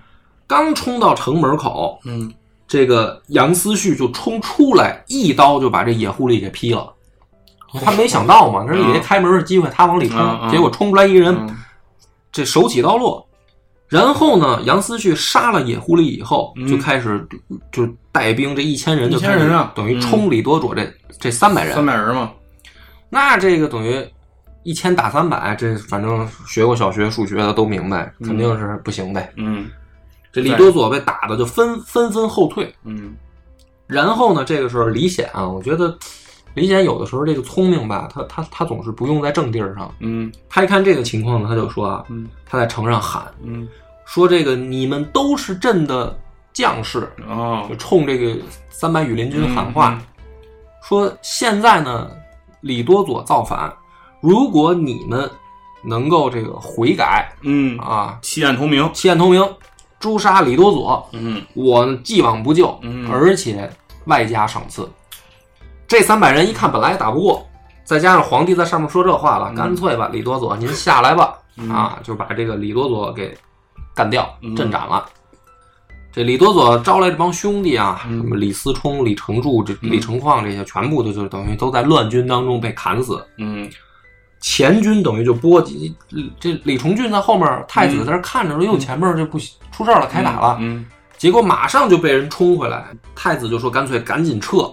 S2: 刚冲到城门口，
S3: 嗯
S2: 这个杨思绪就冲出来，一刀就把这野狐狸给劈了。他没想到嘛，那以为开门的机会，他往里冲，
S3: 哦嗯嗯
S2: 结果冲出来一个人，
S3: 嗯
S2: 这手起刀落。然后呢，杨思绪杀了野狐狸以后，
S3: 嗯
S2: 就开始就带兵这一千人就开始
S3: 一千人啊嗯
S2: 等于冲李多佐这、这三百人，
S3: 三百人嘛。
S2: 那这个等于一千打三百，这反正学过小学数学的都明白，肯定是不行呗。
S3: 嗯
S2: 这李多佐被打的就纷纷纷后退。
S3: 嗯
S2: 然后呢，这个时候李显啊，我觉得李显有的时候这个聪明吧，他他他总是不用在正地儿上。
S3: 嗯
S2: 他一看这个情况呢，他就说啊，
S3: 嗯
S2: 他在城上喊
S3: 嗯
S2: 说：“这个你们都是朕的将士。”
S3: 哦
S2: 就冲这个三百羽林军喊话，嗯说：“现在呢，李多佐造反，如果你们能够这个悔改
S3: 嗯，
S2: 啊，
S3: 弃暗投明。
S2: 弃暗投明，诛杀李多佐，
S3: 嗯
S2: 我既往不咎，
S3: 嗯
S2: 而且外加赏赐。这三百人一看本来也打不过，再加上皇帝在上面说这话
S3: 嗯
S2: 了，干脆吧，李多佐您下来吧，啊，就把这个李多佐给干掉，
S3: 嗯
S2: 镇斩了。这李多佐招来这帮兄弟啊，
S3: 嗯
S2: 什么李思冲、李成柱、这李成矿这些，全部都就等于都在乱军当中被砍死。
S3: 嗯
S2: 前军等于就波及这李崇俊在后面，太子在这看着说：“哟，前面这不行，出事儿了，开打了。”
S3: 嗯
S2: 结果马上就被人冲回来，太子就说干脆赶紧撤，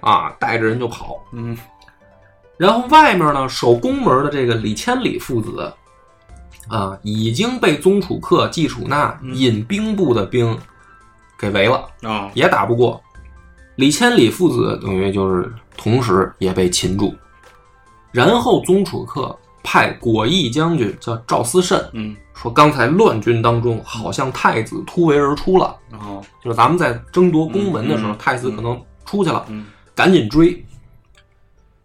S2: 啊，带着人就跑。
S3: 嗯
S2: 然后外面呢，守宫门的这个李千里父子，啊，已经被宗楚客、季楚纳引兵部的兵给围了，
S3: 啊
S2: 也打不过。李千里父子等于就是同时也被擒住。然后宗楚客派果毅将军叫赵思慎
S3: 嗯
S2: 说，刚才乱军当中好像太子突围而出了。
S3: 哦
S2: 就是咱们在争夺宫门的时候，
S3: 嗯嗯
S2: 太子可能出去了，
S3: 嗯
S2: 赶紧追。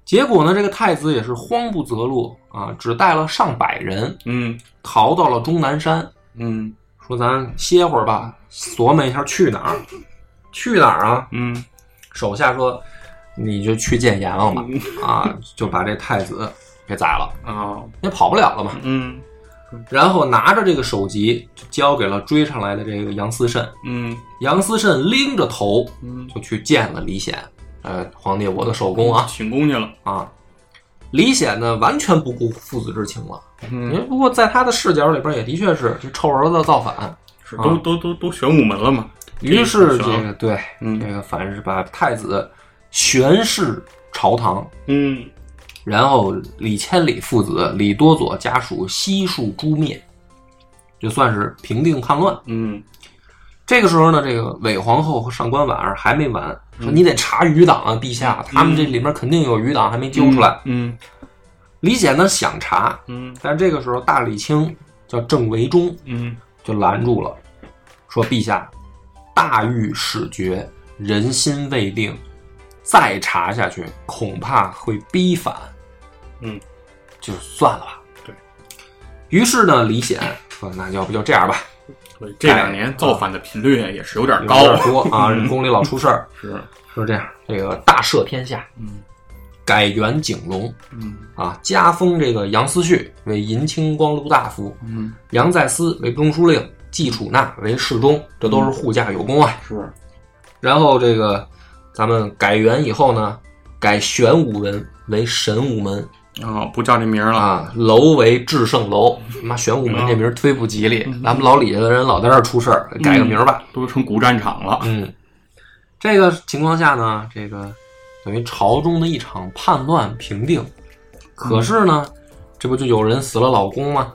S2: 结果呢，这个太子也是慌不择路啊，只带了上百人
S3: 嗯
S2: 逃到了终南山，
S3: 嗯
S2: 说咱歇会儿吧，琢磨一下去哪儿，去哪儿啊？
S3: 嗯
S2: 手下说你就去见阎王吧，
S3: 嗯
S2: 啊，就把这太子给宰了，
S3: 哦
S2: 也跑不了了嘛。
S3: 嗯
S2: 然后拿着这个首级就交给了追上来的这个杨思慎，
S3: 嗯
S2: 杨思慎拎着头
S3: 嗯
S2: 就去见了李显。呃，皇帝我的手工啊
S3: 请功去了。
S2: 啊！李显呢，完全不顾父子之情了。
S3: 嗯，
S2: 也不过在他的视角里边，也的确是这臭儿子造反。
S3: 是啊都都都都玄武门了嘛？
S2: 于是这
S3: 这
S2: 个对，
S3: 嗯
S2: 这个反是把太子悬视朝堂，
S3: 嗯，
S2: 然后李千里父子、李多佐家属悉数诛灭，就算是平定叛乱。
S3: 嗯，
S2: 这个时候呢，这个韦皇后和上官婉儿还没完，
S3: 嗯
S2: 说你得查余党啊，陛下，他们这里面肯定有余党还没揪出来。
S3: 嗯
S2: 李显呢想查，
S3: 嗯
S2: 但这个时候大理卿叫郑维忠
S3: 嗯
S2: 就拦住了，说：“陛下，大狱始决，人心未定，再查下去恐怕会逼反。”
S3: 嗯，
S2: 就是算了吧。
S3: 对。
S2: 于是呢，李显说：“那要不就这样吧，
S3: 嗯，这两年造反的频率也是有点
S2: 有
S3: 高
S2: 点，多 啊，宫里老出事儿。”
S3: 是，
S2: 说这样，这个大赦天下，
S3: 嗯
S2: 改元景龙
S3: 嗯
S2: 啊，加封这个杨思绪为银青光禄大夫，
S3: 嗯，
S2: 杨再思为中书令，季楚纳为侍中，这都
S3: 嗯
S2: 是护驾有功啊。
S3: 是，
S2: 然后这个咱们改元以后呢，改玄武门为神武门
S3: 啊，啊不叫这名儿了，
S2: 啊，楼为至圣楼。妈，玄武门这名儿忒不吉利，
S3: 嗯
S2: 咱们老李家的人老在这儿出事儿，改个名儿吧。
S3: 都成古战场了。
S2: 嗯，这个情况下呢，这个等于朝中的一场叛乱平定。可是呢，这不就有人死了老公吗？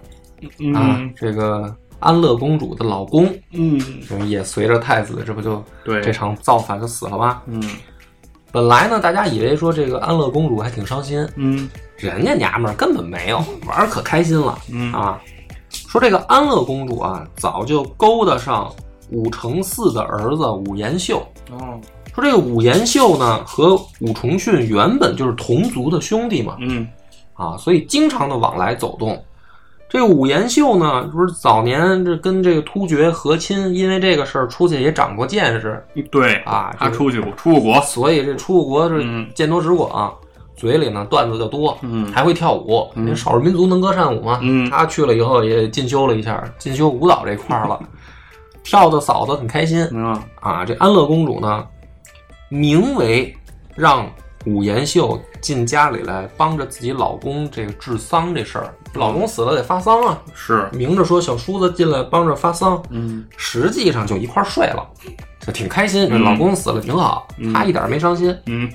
S2: 啊，
S3: 嗯
S2: 这个安乐公主的老公
S3: 嗯，
S2: 等于也随着太子，这不就
S3: 对，
S2: 这场造反就死了吗？
S3: 嗯
S2: 本来呢，大家以为说这个安乐公主还挺伤心，
S3: 嗯
S2: 人家娘们儿根本没有玩儿可开心了
S3: 嗯
S2: 啊。说这个安乐公主啊，早就勾搭上武承嗣的儿子武延秀，
S3: 哦
S2: 说这个武延秀呢和武重训原本就是同族的兄弟嘛，
S3: 嗯
S2: 啊，所以经常的往来走动。这个武延秀呢，不是早年这跟这个突厥和亲，因为这个事儿出去也长过见识，
S3: 嗯对
S2: 啊
S3: 他
S2: 这个
S3: 出去过，出过国，
S2: 所以这出国是
S3: 嗯
S2: 见多识广，嘴里呢段子就多，
S3: 嗯
S2: 还会跳舞。因为少数民族能歌善舞嘛，
S3: 嗯
S2: 他去了以后也进修了一下，进修舞蹈这块儿了，跳的嫂子很开心。
S3: 啊
S2: 啊，这安乐公主呢，名为让武延秀进家里来帮着自己老公这个治丧这事儿，老公死了得发丧啊，
S3: 嗯是，
S2: 明着说小叔子进来帮着发丧，
S3: 嗯
S2: 实际上就一块儿睡了，这挺开心，这
S3: 嗯
S2: 老公死了挺好，
S3: 嗯
S2: 她一点儿没伤心。
S3: 嗯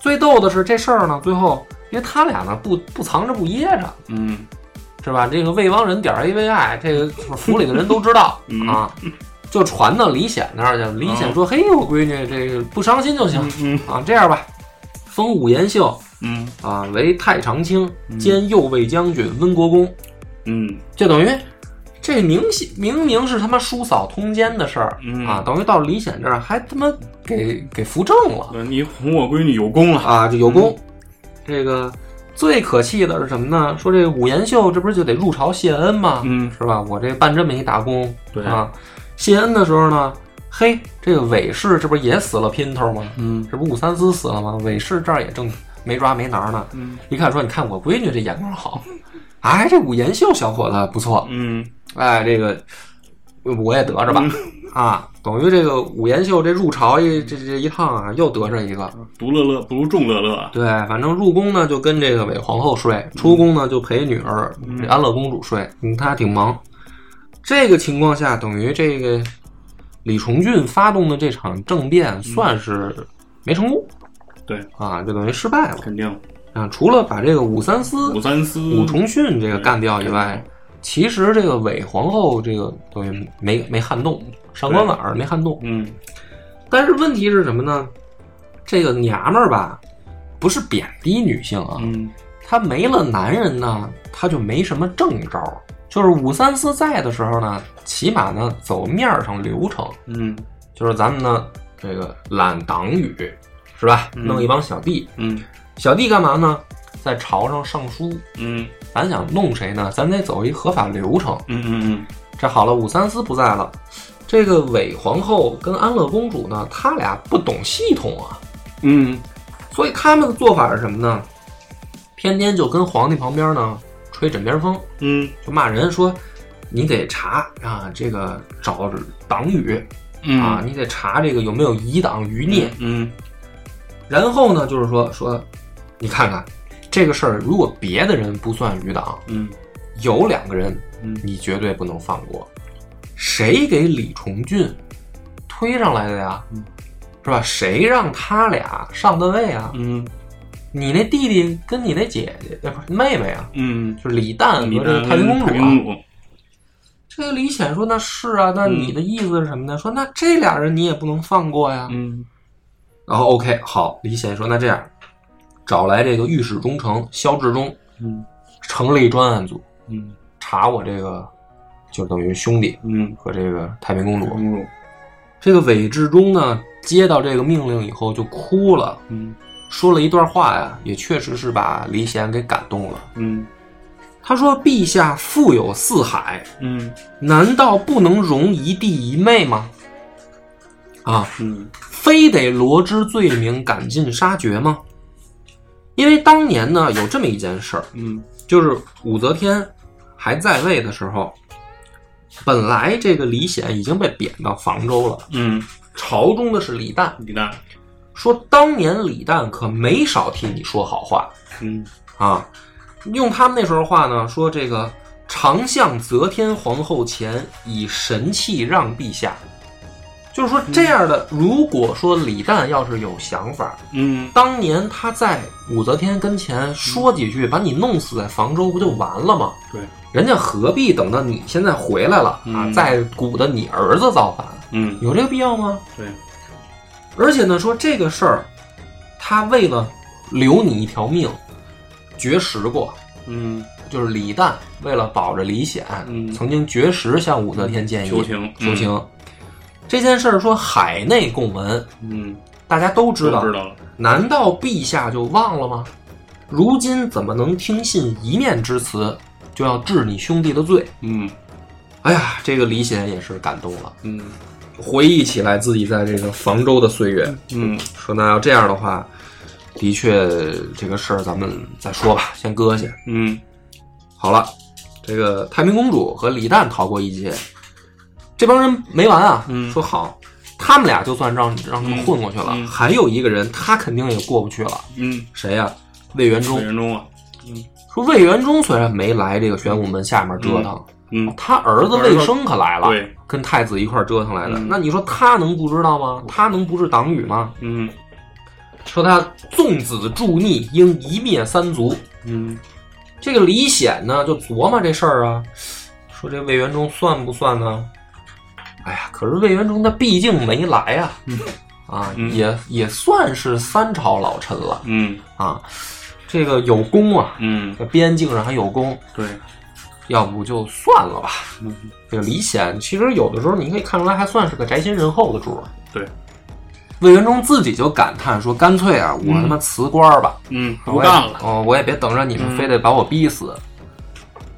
S2: 最逗的是这事儿呢，最后因为他俩呢不不藏着不掖着，
S3: 嗯
S2: 是吧？这个未亡人点儿 A V I，这个府里的人都知道
S3: 嗯
S2: 啊，就传到李显那儿去了。李显说：“嘿，我闺女这个不伤心就行
S3: 嗯
S2: 啊，这样吧，封武延秀
S3: 嗯
S2: 啊为太常卿，兼右卫将军、温国公，
S3: 嗯
S2: 就等于。”这明显明明是他妈叔嫂通奸的事儿、
S3: 嗯
S2: 啊，等于到李显这儿还他妈给给扶正了
S3: 嗯，你哄我闺女有功了，
S2: 啊，就有功。
S3: 嗯
S2: 这个最可气的是什么呢？说这个武延秀这不是就得入朝谢恩吗？
S3: 嗯
S2: 是吧？我这办这么一打工，
S3: 对
S2: 啊，谢恩的时候呢，嘿，这个韦氏这不是也死了姘头吗？
S3: 嗯
S2: 这不武三思死了吗？韦氏这儿也正没抓没拿呢。
S3: 嗯
S2: 一看说，你看我闺女这眼光好，哎，这武延秀小伙子不错，
S3: 嗯
S2: 哎，这个我也得着吧，啊，等于这个武延秀这入朝一这这一趟啊，又得着一个。
S3: 独乐乐不如众乐啊乐，
S2: 对，反正入宫呢就跟这个韦皇后睡，出宫呢就陪女儿、这安乐公主睡，嗯，她挺忙。这个情况下，等于这个李重俊发动的这场政变算是没成功，
S3: 嗯对
S2: 啊，就等于失败了
S3: 肯定
S2: 啊。除了把这个武三思、
S3: 武三嗯思
S2: 武重训这个干掉以
S3: 干
S2: 外，其实这个韦皇后这个等于没没撼动，上官婉儿没撼动。
S3: 嗯
S2: 但是问题是什么呢？这个娘们儿吧，不是贬低女性啊，
S3: 嗯
S2: 她没了男人呢，她就没什么正招儿。就是武三思在的时候呢，起码呢走面儿上流程，
S3: 嗯
S2: 就是咱们呢这个揽党羽，是吧？
S3: 嗯
S2: 弄一帮小弟，
S3: 嗯
S2: 小弟干嘛呢？在朝上上书，
S3: 嗯
S2: 咱想弄谁呢？咱得走一合法流程。
S3: 嗯嗯
S2: 这好了，武三思不在了，这个韦皇后跟安乐公主呢，她俩不懂系统啊，
S3: 嗯
S2: 所以他们的做法是什么呢？天天就跟皇帝旁边呢吹枕边风，
S3: 嗯
S2: 就骂人说你得查啊，这个找党羽啊
S3: 嗯
S2: 嗯啊，你得查这个有没有遗党余孽。
S3: 嗯
S2: 然后呢，就是说说，你看看这个事儿，如果别的人不算余党，
S3: 嗯
S2: 有两个人
S3: 嗯
S2: 你绝对不能放过。谁给李崇俊推上来的呀
S3: 嗯？
S2: 是吧？谁让他俩上的位啊？
S3: 嗯
S2: 你那弟弟跟你那姐姐，呃不是妹妹啊，
S3: 嗯，
S2: 就是李诞
S3: 你
S2: 和这
S3: 的
S2: 个太平公主
S3: 太
S2: 啊
S3: 平。公主，
S2: 这个李显说：“那是啊，那你的意思是什么呢？说那这俩人你也不能放过呀。
S3: 嗯
S2: 然后 OK，好，李显说：“那这样，找来这个御史中丞萧志忠，
S3: 嗯
S2: 成立专案组
S3: 嗯
S2: 查我这个，就等于兄弟
S3: 嗯，
S2: 和这个太平公
S3: 太
S2: 主。
S3: 平公主，
S2: 这个韦志忠呢，接到这个命令以后就哭了，
S3: 嗯
S2: 说了一段话呀，也确实是把李显给感动了。
S3: 嗯
S2: 他说：‘陛下富有四海，
S3: 嗯
S2: 难道不能容一弟一妹吗？’啊，
S3: 嗯
S2: 非得罗织罪名，赶尽杀绝吗？因为当年呢，有这么一件事儿，
S3: 嗯
S2: 就是武则天还在位的时候，本来这个李显已经被贬到房州了，
S3: 嗯，
S2: 朝中的是李旦，
S3: 李诞，
S2: 说当年李旦可没少替你说好话
S3: 嗯
S2: 啊。用他们那时候话呢，说这个常向则天皇后前以神器让陛下，就是说这样的，如果说李旦要是有想法，
S3: 嗯
S2: 当年他在武则天跟前说几句，把你弄死在房州，不就完了吗？
S3: 对，
S2: 人家何必等到你现在回来了啊，
S3: 嗯
S2: 再鼓的你儿子造反，
S3: 嗯
S2: 有这个必要吗？
S3: 对，
S2: 而且呢，说这个事儿，他为了留你一条命，绝食过，
S3: 嗯
S2: 就是李旦为了保着李显，
S3: 嗯
S2: 曾经绝食向武则天建议
S3: 求情
S2: 求情。这件事儿说海内共闻，
S3: 嗯，
S2: 大家都
S3: 知
S2: 知道，
S3: 知道了，
S2: 难道陛下就忘了吗？如今怎么能听信一面之词，就要治你兄弟的罪？
S3: 嗯
S2: 哎呀，这个李显也是感动了，
S3: 嗯
S2: 回忆起来自己在这个房州的岁月，
S3: 嗯
S2: 说那要这样的话，的确这个事儿咱们再说吧，先搁下。
S3: 嗯
S2: 好了，这个太平公主和李旦逃过一劫，这帮人没完啊！
S3: 嗯
S2: 说好，他们俩就算让让他们混过去了，
S3: 嗯嗯
S2: 还有一个人他肯定也过不去了，
S3: 嗯，
S2: 谁呀、魏元
S3: 魏
S2: 忠。
S3: 仁忠啊，
S2: 说魏元忠虽然没来这个玄武门下面折腾，
S3: 嗯
S2: 他儿子魏生可来了，
S3: 对，
S2: 跟太子一块儿折腾来的。
S3: 嗯
S2: 那你说他能不知道吗？他能不是党羽吗？
S3: 嗯
S2: 说他纵子助逆，应一灭三族。
S3: 嗯
S2: 这个李显呢，就琢磨这事儿啊，说这魏元忠算不算呢？哎呀，可是魏元忠他毕竟没来啊，
S3: 嗯
S2: 啊，
S3: 嗯
S2: 也也算是三朝老臣了
S3: 嗯
S2: 啊，这个有功啊，
S3: 嗯，
S2: 这边境上还有功，
S3: 对，
S2: 要不就算了吧。
S3: 嗯
S2: 这个李显其实有的时候你可以看出来，还算是个宅心仁厚的主儿。
S3: 对，
S2: 魏元忠自己就感叹说：“干脆啊，我他妈辞官儿吧，
S3: 嗯，不
S2: 我也
S3: 干了，
S2: 哦，我也别等着你们
S3: 嗯
S2: 非得把我逼死。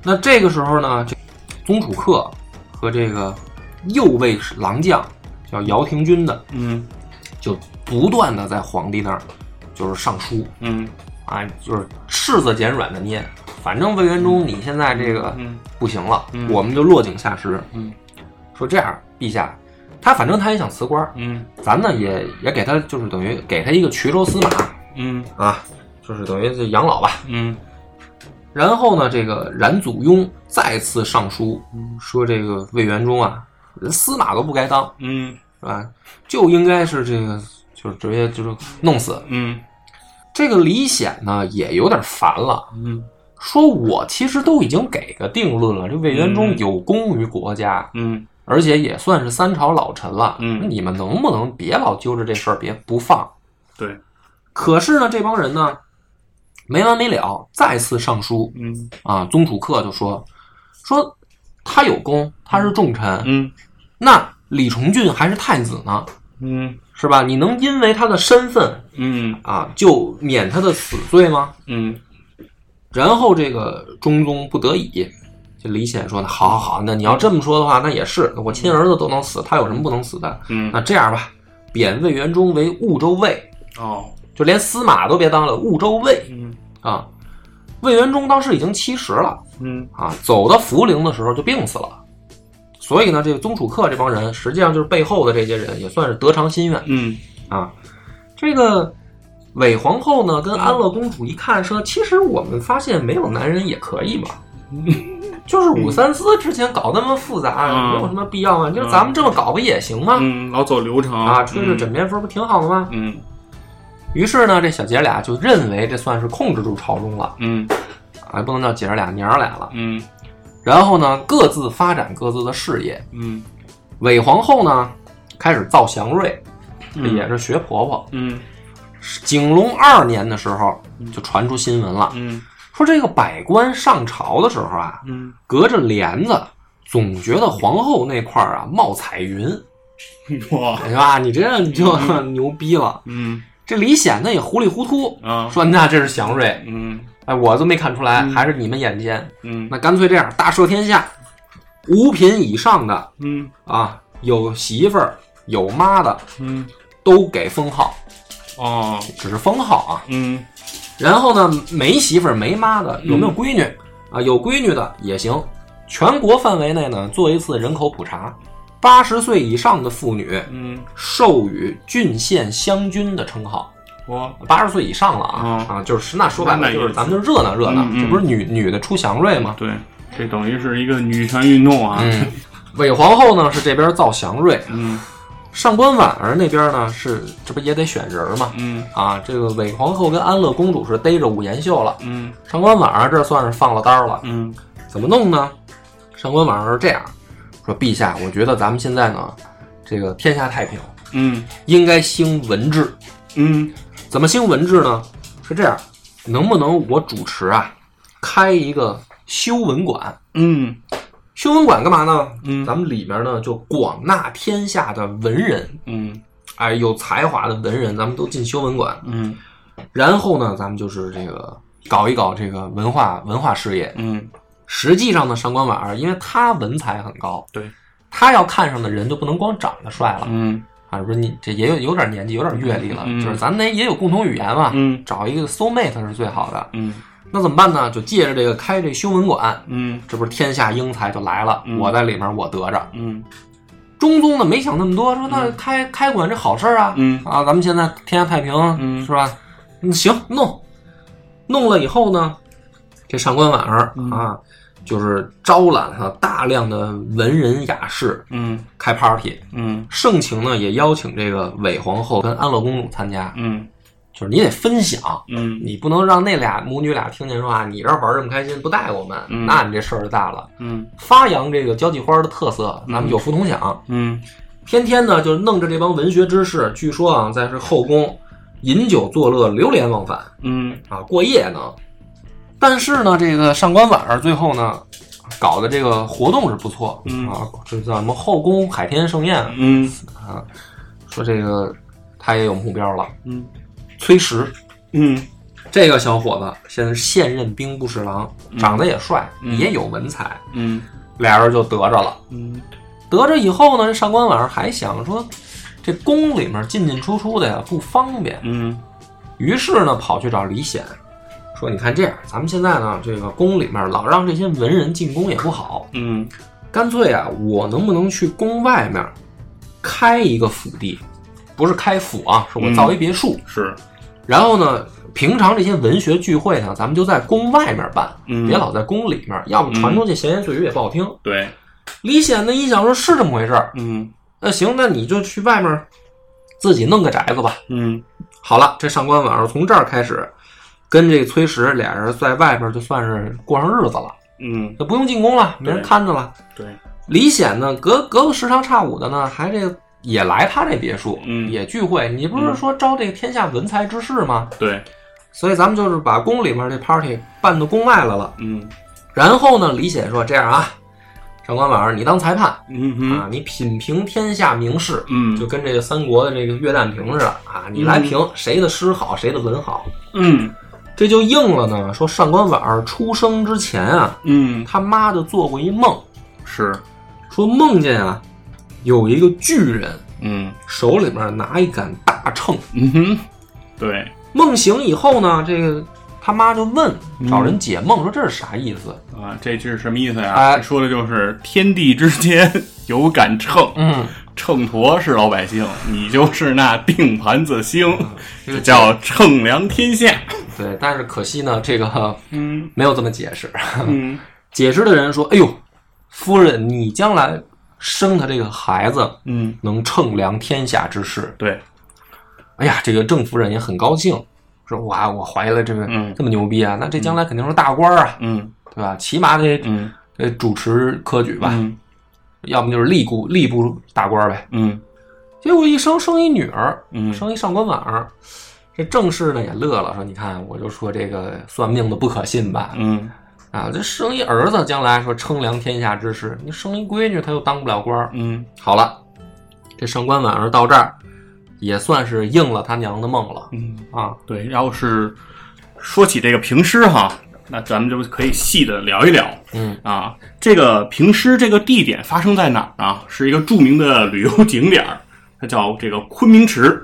S2: 那这个时候呢，这宗楚客和这个右卫郎将叫姚廷钧的，
S3: 嗯
S2: 就不断的在皇帝那儿就是上书
S3: 嗯
S2: 啊，就是柿子捡软的捏。反正魏元忠，你现在这个
S3: 嗯
S2: 不行了，
S3: 嗯
S2: 我们就落井下石。
S3: 嗯
S2: 说这样，陛下，他反正他也想辞官儿，
S3: 嗯
S2: 咱呢也也给他就是等于给他一个衢州司马
S3: 嗯
S2: 啊，就是等于是养老吧。
S3: 嗯
S2: 然后呢，这个冉祖雍再次上书
S3: 嗯
S2: 说，这个魏元忠啊，人司马都不该当，
S3: 嗯
S2: 是吧？就应该是这个，就是直接就是弄死。
S3: 嗯
S2: 这个李显呢，也有点烦了，
S3: 嗯
S2: 说我其实都已经给个定论了，这魏元忠
S3: 嗯
S2: 有功于国家，
S3: 嗯
S2: 而且也算是三朝老臣了，
S3: 嗯
S2: 那你们能不能别老揪着这事儿，别不放？
S3: 对，
S2: 可是呢，这帮人呢，没完没了，再次上书，
S3: 嗯
S2: 啊，宗楚客就说说他有功，他是重臣，
S3: 嗯
S2: 那李重俊还是太子呢，
S3: 嗯
S2: 是吧？你能因为他的身份
S3: 嗯
S2: 啊，就免他的死罪吗？
S3: 嗯
S2: 然后这个中宗不得已，这李显说呢，好好好，那你要这么说的话，那也是，我亲儿子都能死，他有什么不能死的？那
S3: 嗯，
S2: 这样吧，贬魏元忠为婺州尉，
S3: 哦，
S2: 就连司马都别当了，婺州尉
S3: 嗯
S2: 啊。魏元忠当时已经七十了，
S3: 嗯
S2: 啊，走到涪陵的时候就病死了。所以呢，这个宗楚客这帮人，实际上就是背后的这些人，也算是得偿心愿
S3: 嗯
S2: 啊。这个韦皇后呢跟安乐公主一看说，其实我们发现没有男人也可 以嘛。就是武三思之前搞那么复杂，
S3: 嗯
S2: 没有什么必要嘛，就是咱们这么搞不也行吗？
S3: 嗯，老走流程
S2: 啊，吹吹
S3: 嗯
S2: 枕边风不挺好的吗？
S3: 嗯
S2: 于是呢，这小姐俩就认为这算是控制住朝中了，
S3: 嗯
S2: 啊，不能叫姐儿俩娘儿俩了。
S3: 嗯
S2: 然后呢，各自发展各自的事业。
S3: 嗯
S2: 韦皇后呢，开始造祥瑞，这
S3: 嗯
S2: 也是学婆婆。
S3: 嗯
S2: 景隆二年的时候，就传出新闻了，
S3: 嗯
S2: 说这个百官上朝的时候啊，
S3: 嗯，
S2: 隔着帘子。总觉得皇后那块儿啊冒彩云，
S3: 嗯哇，
S2: 是吧？你这你就 牛逼了。
S3: 嗯
S2: 这李显呢也糊里糊涂，
S3: 啊，
S2: 说那这是祥瑞，
S3: 嗯
S2: 哎，我都没看出来，还是你们眼尖。
S3: 嗯
S2: 那干脆这样，大赦天下，五品以上的
S3: 嗯
S2: 啊，有媳妇儿有妈的
S3: 嗯，
S2: 都给封号，
S3: 哦，
S2: 只是封号啊。
S3: 嗯
S2: 然后呢，没媳妇儿没妈的，有没有闺女、啊？有闺女的也行。全国范围内呢，做一次人口普查，八十岁以上的妇女
S3: 嗯，
S2: 授予郡县乡君的称号。
S3: 我
S2: 八十岁以上了啊、
S3: 哦
S2: 啊，就是那说白
S3: 那
S2: 了
S3: 也
S2: 就是咱们就热闹热闹，
S3: 嗯嗯
S2: 这不是女女的出祥瑞吗？
S3: 对，这等于是一个女权运动啊，
S2: 嗯， 韦皇后呢是这边造祥瑞，
S3: 嗯
S2: 上官婉儿那边呢是这不也得选人儿吗？
S3: 嗯
S2: 啊，这个韦皇后跟安乐公主是逮着武延秀了，
S3: 嗯
S2: 上官婉儿这算是放了刀了，
S3: 嗯
S2: 怎么弄呢？上官婉儿是这样说：“陛下，我觉得咱们现在呢，这个天下太平，
S3: 嗯
S2: 应该兴文治。
S3: 嗯
S2: 怎么兴文治呢？是这样，能不能我主持啊，开一个修文馆？
S3: 嗯
S2: 修文馆干嘛呢？
S3: 嗯
S2: 咱们里面呢就广纳天下的文人，
S3: 嗯
S2: 哎，有才华的文人，咱们都进修文馆。
S3: 嗯
S2: 然后呢，咱们就是这个搞一搞这个文化文化事业。
S3: 嗯，
S2: 实际上呢，上官婉儿因为她文采很高，
S3: 对，
S2: 她要看上的人就不能光长得帅了、
S3: 嗯
S2: 啊，说你这也有有点年纪，有点阅历了，
S3: 嗯
S2: 就是咱们也有共同语言嘛，
S3: 嗯
S2: 找一个 soul mate 是最好的。
S3: 嗯
S2: 那怎么办呢？就借着这个开这修文馆，
S3: 嗯
S2: 这不是天下英才就来了，
S3: 嗯
S2: 我在里面我得着。
S3: 嗯
S2: 中宗呢没想那么多，说那开、开馆这好事儿啊，
S3: 嗯
S2: 啊，咱们现在天下太平，
S3: 嗯
S2: 是吧？嗯，行，弄，弄了以后呢，这上官婉儿、
S3: 嗯
S2: 啊，就是招揽了大量的文人雅士
S3: 嗯
S2: 开 party，
S3: 嗯
S2: 盛情呢也邀请这个韦皇后跟安乐公主参加，
S3: 嗯
S2: 就是你得分享。
S3: 嗯
S2: 你不能让那俩母女俩听见说啊，你这玩儿这么开心，不带我们，
S3: 嗯
S2: 那你这事儿就大了。
S3: 嗯
S2: 发扬这个交际花的特色，咱们有福同享。
S3: 嗯
S2: 天天呢就弄着这帮文学知识，据说啊，在是后宫饮酒作乐，流连忘返
S3: 嗯
S2: 啊，过夜呢。但是呢，这个上官婉儿最后呢，搞的这个活动是不错、
S3: 嗯
S2: 啊，这叫什么后宫海天盛宴，啊
S3: 嗯
S2: 说这个他也有目标了。
S3: 嗯
S2: 崔实
S3: 嗯
S2: 这个小伙子现在是现任兵部侍郎，长得也帅，
S3: 嗯
S2: 也有文采，
S3: 嗯
S2: 俩人就得着了。
S3: 嗯
S2: 得着以后呢，这上官婉儿还想说，这宫里面进进出出的呀不方便，
S3: 嗯
S2: 于是呢，跑去找李显，说：“你看这样，咱们现在呢，这个宫里面老让这些文人进宫也不好，
S3: 嗯
S2: 干脆啊，我能不能去宫外面开一个府地？不是开府啊，是我造一别墅。
S3: 是
S2: 然后呢，平常这些文学聚会呢，咱们就在宫外面办，
S3: 嗯
S2: 别老在宫里面，要不传出去闲言碎语也不好听。
S3: 对
S2: 李显呢一想说，是这么回事儿，
S3: 嗯
S2: 那行，那你就去外面自己弄个宅子吧。
S3: 嗯
S2: 好了，这上官婉儿从这儿开始，跟这个崔实俩人在外边就算是过上日子了，
S3: 嗯
S2: 就不用进宫了，没人看着了。
S3: 对
S2: 李显呢，隔隔个十常差五的呢，还这个也来他这别墅，
S3: 嗯
S2: 也聚会。你不是说招这个天下文才之士吗？
S3: 对
S2: 所以咱们就是把宫里面这 party 办到宫外来了。
S3: 嗯
S2: 然后呢，李显说：“这样啊，上官婉儿，你当裁判
S3: 嗯
S2: 啊
S3: 嗯，
S2: 你品评天下名士，
S3: 嗯
S2: 就跟这个三国的这个岳旦平似的啊，你来
S3: 嗯
S2: 评谁的诗好，谁的文好。”
S3: 嗯
S2: 这就应了呢。说上官婉儿出生之前啊，
S3: 嗯
S2: 他妈就做过一梦，
S3: 是
S2: 说梦见啊有一个巨人
S3: 嗯
S2: 手里面拿一杆大秤。
S3: 嗯哼对
S2: 梦醒以后呢，这个他妈就问找人解梦，说这是啥意思？
S3: 啊，这句是什么意思呀？
S2: 哎
S3: 说的就是天地之间 有杆秤，
S2: 嗯，
S3: 秤砣是老百姓，你就是那定盘子星，
S2: 这个
S3: 这叫称量天下。
S2: 对，但是可惜呢，这个
S3: 嗯
S2: 没有这么解释。
S3: 嗯
S2: 解释的人说：“哎呦，夫人，你将来生的这个孩子
S3: 嗯，
S2: 能称量天下之事。
S3: 对，”
S2: 哎呀，这个郑夫人也很高兴，说：“哇，我怀了这个、
S3: 嗯
S2: 这么牛逼啊！那这将来肯定是大官啊，
S3: 嗯
S2: 对吧？起码得
S3: 嗯，
S2: 得主持科举吧，
S3: 嗯
S2: 要么就是吏部吏部大官呗。
S3: 嗯”
S2: 结果一生生一女儿，
S3: 嗯
S2: 生一上官婉儿。这郑氏呢也乐了，说：“你看，我就说这个算命的不可信吧，
S3: 嗯
S2: 啊，这生一儿子，将来说称量天下之事；你生一闺女，她又当不了官儿。
S3: 嗯
S2: 好了，这上官婉儿到这儿，也算是应了他娘的梦了
S3: 嗯，
S2: 啊。
S3: 对。然后是说起这个评诗哈，那咱们就可以细的聊一聊。
S2: 嗯
S3: 啊，这个评诗这个地点发生在哪儿呢？是一个著名的旅游景点儿，它叫这个昆明池。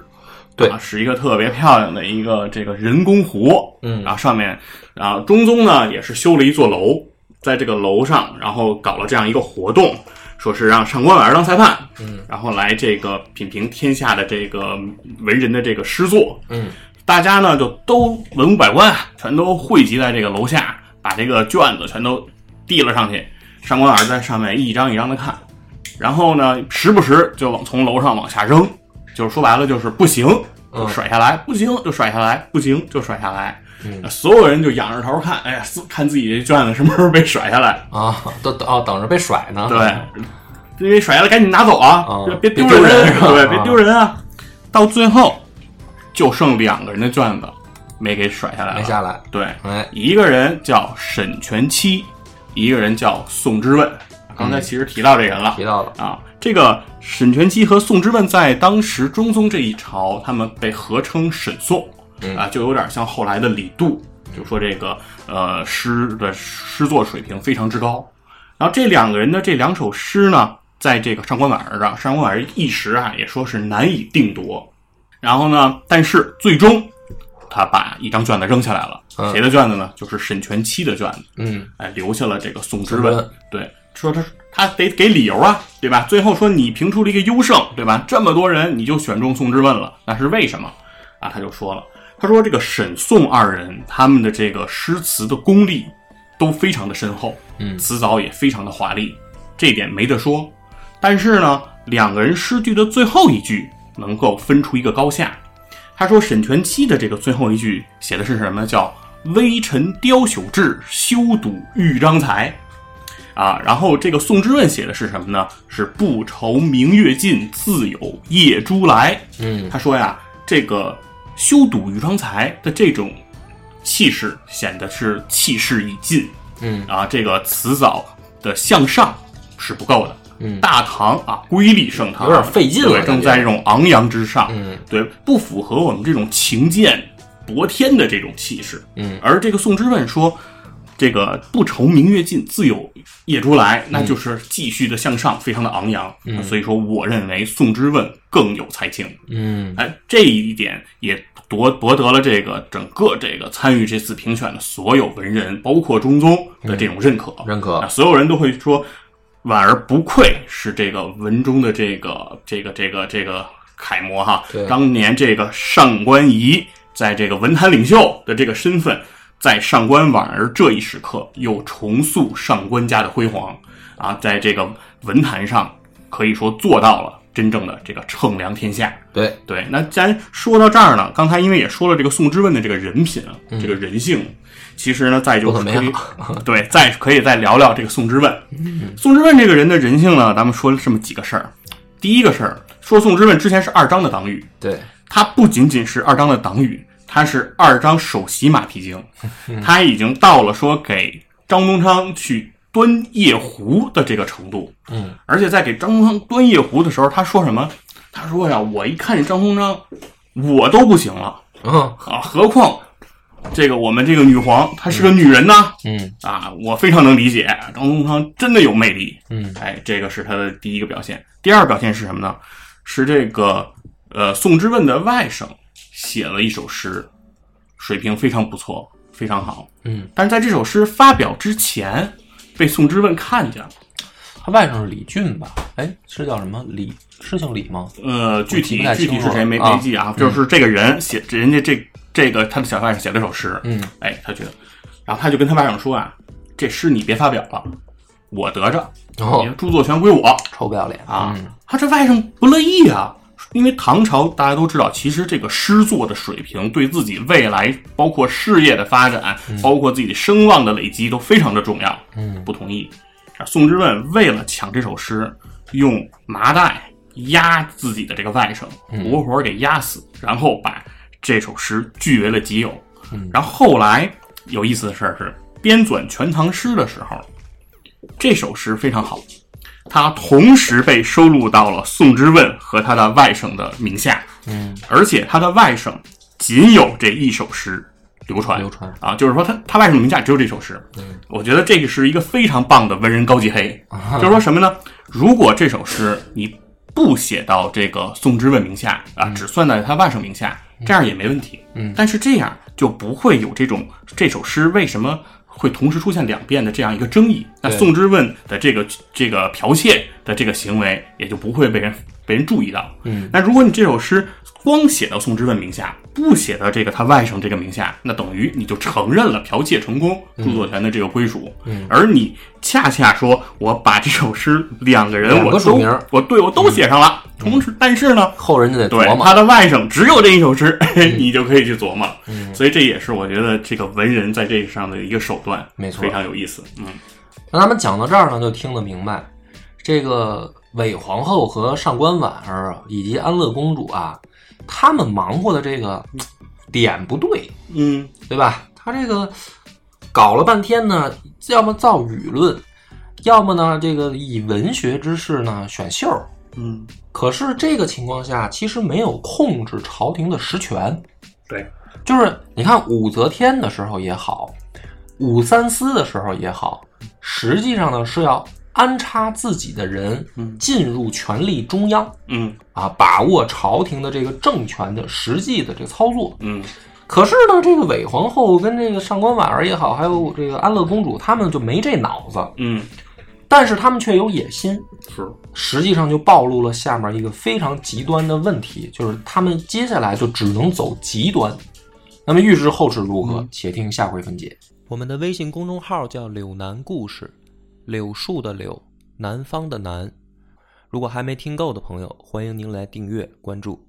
S2: 对
S3: 啊，是一个特别漂亮的一个这个人工湖。
S2: 嗯
S3: 然后上面，然后中宗呢也是修了一座楼，在这个楼上，然后搞了这样一个活动，说是让上官婉儿当裁判，
S2: 嗯，
S3: 然后来这个品评天下的这个文人的这个诗作，
S2: 嗯
S3: 大家呢就都文武百官啊，全都汇集在这个楼下，把这个卷子全都递了上去。上官婉儿在上面一张一张的看，然后呢，时不时就往从楼上往下扔，就是说白了就是不行
S2: 嗯
S3: 就甩下来，不行就甩下来，不行就甩下来。
S2: 嗯
S3: 所有人就仰着头看，哎呀，自看自己这卷子什么时候被甩下来。
S2: 啊， 都哦等着被甩呢。嗯
S3: 对，因啊为甩下来赶紧拿走啊，
S2: 啊别
S3: 别丢
S2: 丢人是吧
S3: 对，
S2: 啊
S3: 别丢人啊。到最后就剩两个人的卷子没给甩下来了，
S2: 没下来。
S3: 对，
S2: 哎，
S3: 一个人叫沈全期，一个人叫宋之问。刚
S2: 嗯
S3: 才其实提到这人了、
S2: 提到了，
S3: 啊，这个沈全期和宋之问在当时中宗这一朝，他们被合称沈宋
S2: 嗯
S3: 啊，就有点像后来的李杜，就说这个呃诗的诗作水平非常之高。然后这两个人的这两首诗呢，在这个上官婉儿上，上官婉儿一时啊也说是难以定夺。然后呢，但是最终他把一张卷子扔下来了，
S2: 嗯
S3: 谁的卷子呢？就是沈全期的卷子。
S2: 嗯
S3: 哎，留下了这个宋之
S2: 宋
S3: 问。
S2: 之问
S3: 对，说他他得给理由啊，对吧？最后说你评出了一个优胜，对吧？这么多人你就选中宋之问了，那是为什么？啊，他就说了，他说这个沈宋二人他们的这个诗词的功力都非常的深厚，
S2: 嗯
S3: 词藻也非常的华丽，这点没得说。但是呢，两个人诗句的最后一句能够分出一个高下。他说沈佺期的这个最后一句写的是什么？叫“微臣雕朽志，修堵豫章才”。啊，然后这个宋之问写的是什么呢？是“不愁明月尽，自有夜珠来”。
S2: 嗯
S3: 他说呀，这个修堵豫章才的这种气势，显得是气势已尽，
S2: 嗯
S3: 啊，这个词藻的向上是不够的。
S2: 嗯
S3: 大唐啊，瑰丽盛唐，
S2: 有点费劲了
S3: 对
S2: 感觉
S3: 正在这种昂扬之上，
S2: 嗯
S3: 对，不符合我们这种情剑博天的这种气势。
S2: 嗯
S3: 而这个宋之问说，这个不愁明月尽，自有夜珠来，那就是继续的向上，非常的昂扬。
S2: 嗯
S3: 所以说，我认为宋之问更有才情。
S2: 嗯
S3: 哎，这一点也夺博得了这个整个这个参与这次评选的所有文人，包括中宗的这种认可。
S2: 认可
S3: 啊，所有人都会说，婉儿不愧是这个文中的这个这个这个这个楷模哈
S2: 对。
S3: 当年这个上官仪在这个文坛领袖的这个身份，在上官婉儿这一时刻又重塑上官家的辉煌啊，在这个文坛上可以说做到了真正的这个称量天下。
S2: 对，
S3: 对，那既然说到这儿呢，刚才因为也说了这个宋之问的这个人品啊，这个人性，其实呢，再就
S2: 说
S3: 是
S2: 得
S3: 可
S2: 美
S3: 以 对，再可以再聊聊这个宋之问。宋之问这个人的人性呢，咱们说了这么几个事儿。第一个事儿，说宋之问之前是二张的党羽，
S2: 对，
S3: 他不仅仅是二张的党羽，他是二张首席马屁精，他已经到了说给张宗昌去端夜壶的这个程度。
S2: 嗯，
S3: 而且在给张宗昌端夜壶的时候，他说什么？他说呀，我一看见张宗昌，我都不行了
S2: 嗯
S3: 啊，何况这个我们这个女皇，她是个女人呐、
S2: 嗯
S3: 啊，我非常能理解，张宗昌真的有魅力。
S2: 嗯
S3: 哎，这个是他的第一个表现。第二个表现是什么呢？是这个呃，宋之问的外甥写了一首诗，水平非常不错，非常好。
S2: 嗯，
S3: 但是在这首诗发表之前，被宋之问看见了。
S2: 他外甥是李俊吧？哎，是叫什么李？是姓李吗？
S3: 呃，具体
S2: 不太
S3: 具体
S2: 清楚
S3: 是谁
S2: 了
S3: 没
S2: 啊
S3: 没记啊，就是这个人写，人家这这个他的小外甥写了首诗，
S2: 嗯，
S3: 哎，他觉得，然后他就跟他外甥说啊，这诗你别发表了，我得着，
S2: 然后
S3: 你著作权归我
S2: 臭不要脸
S3: 啊
S2: 嗯。
S3: 他这外甥不乐意啊，因为唐朝大家都知道，其实这个诗作的水平对自己未来包括事业的发展，包括自己声望的累积都非常的重要。
S2: 嗯，
S3: 不同意。啊宋之问为了抢这首诗，用麻袋压自己的这个外甥，活活给压死，然后把这首诗据为了己有。然后后来有意思的事儿是，编纂《全唐诗》的时候，这首诗非常好，它同时被收录到了宋之问和他的外甥的名下。
S2: 嗯，
S3: 而且他的外甥仅有这一首诗流传。
S2: 流传
S3: 啊，就是说他他外甥名下只有这首诗。我觉得这个是一个非常棒的文人高级黑，就是说什么呢？如果这首诗你不写到这个宋之问名下啊，只算在他外甥名下，这样也没问题。嗯，但是这样就不会有这种这首诗为什么。会同时出现两遍的这样一个争议，那
S2: 对
S3: 宋之问的这个这个剽窃的这个行为也就不会被人被人注意到。
S2: 嗯，
S3: 那如果你这首诗光写到宋之问名下，不写到这个他外甥这个名下，那等于你就承认了剽窃成功著作权的这个归属。嗯，而你恰恰说我把这首诗两个人
S2: 两个
S3: 我都
S2: 署名
S3: 我对我都写上了，同时但是呢，
S2: 后人就得
S3: 对
S2: 琢磨嗯
S3: 他。的外甥只有这一首诗，你就可以去琢磨了。所以这也是我觉得这个文人在这上的一个手段，
S2: 没错
S3: 非常有意思。嗯，
S2: 那咱们讲到这儿呢，就听得明白，这个韦皇后和上官婉儿啊以及安乐公主啊，他们忙活的这个嘖点不对，
S3: 嗯，
S2: 对吧？他这个搞了半天呢，要么造舆论，要么呢这个以文学之势呢选秀儿。
S3: 嗯，
S2: 可是这个情况下，其实没有控制朝廷的实权。
S3: 对，
S2: 就是你看武则天的时候也好，武三思的时候也好，实际上呢是要安插自己的人
S3: 嗯
S2: 进入权力中央
S3: 嗯
S2: 啊，把握朝廷的这个政权的实际的这个操作。
S3: 嗯
S2: 可是呢，这个韦皇后跟这个上官婉儿也好，还有这个安乐公主，他们就没这脑子，
S3: 嗯，
S2: 但是他们却有野心。
S3: 是，
S2: 实际上就暴露了下面一个非常极端的问题，就是他们接下来就只能走极端。嗯那么预知后事如何，且听下回分解。
S4: 我们的微信公众号叫“柳南故事”，柳树的柳，南方的南。如果还没听够的朋友，欢迎您来订阅关注。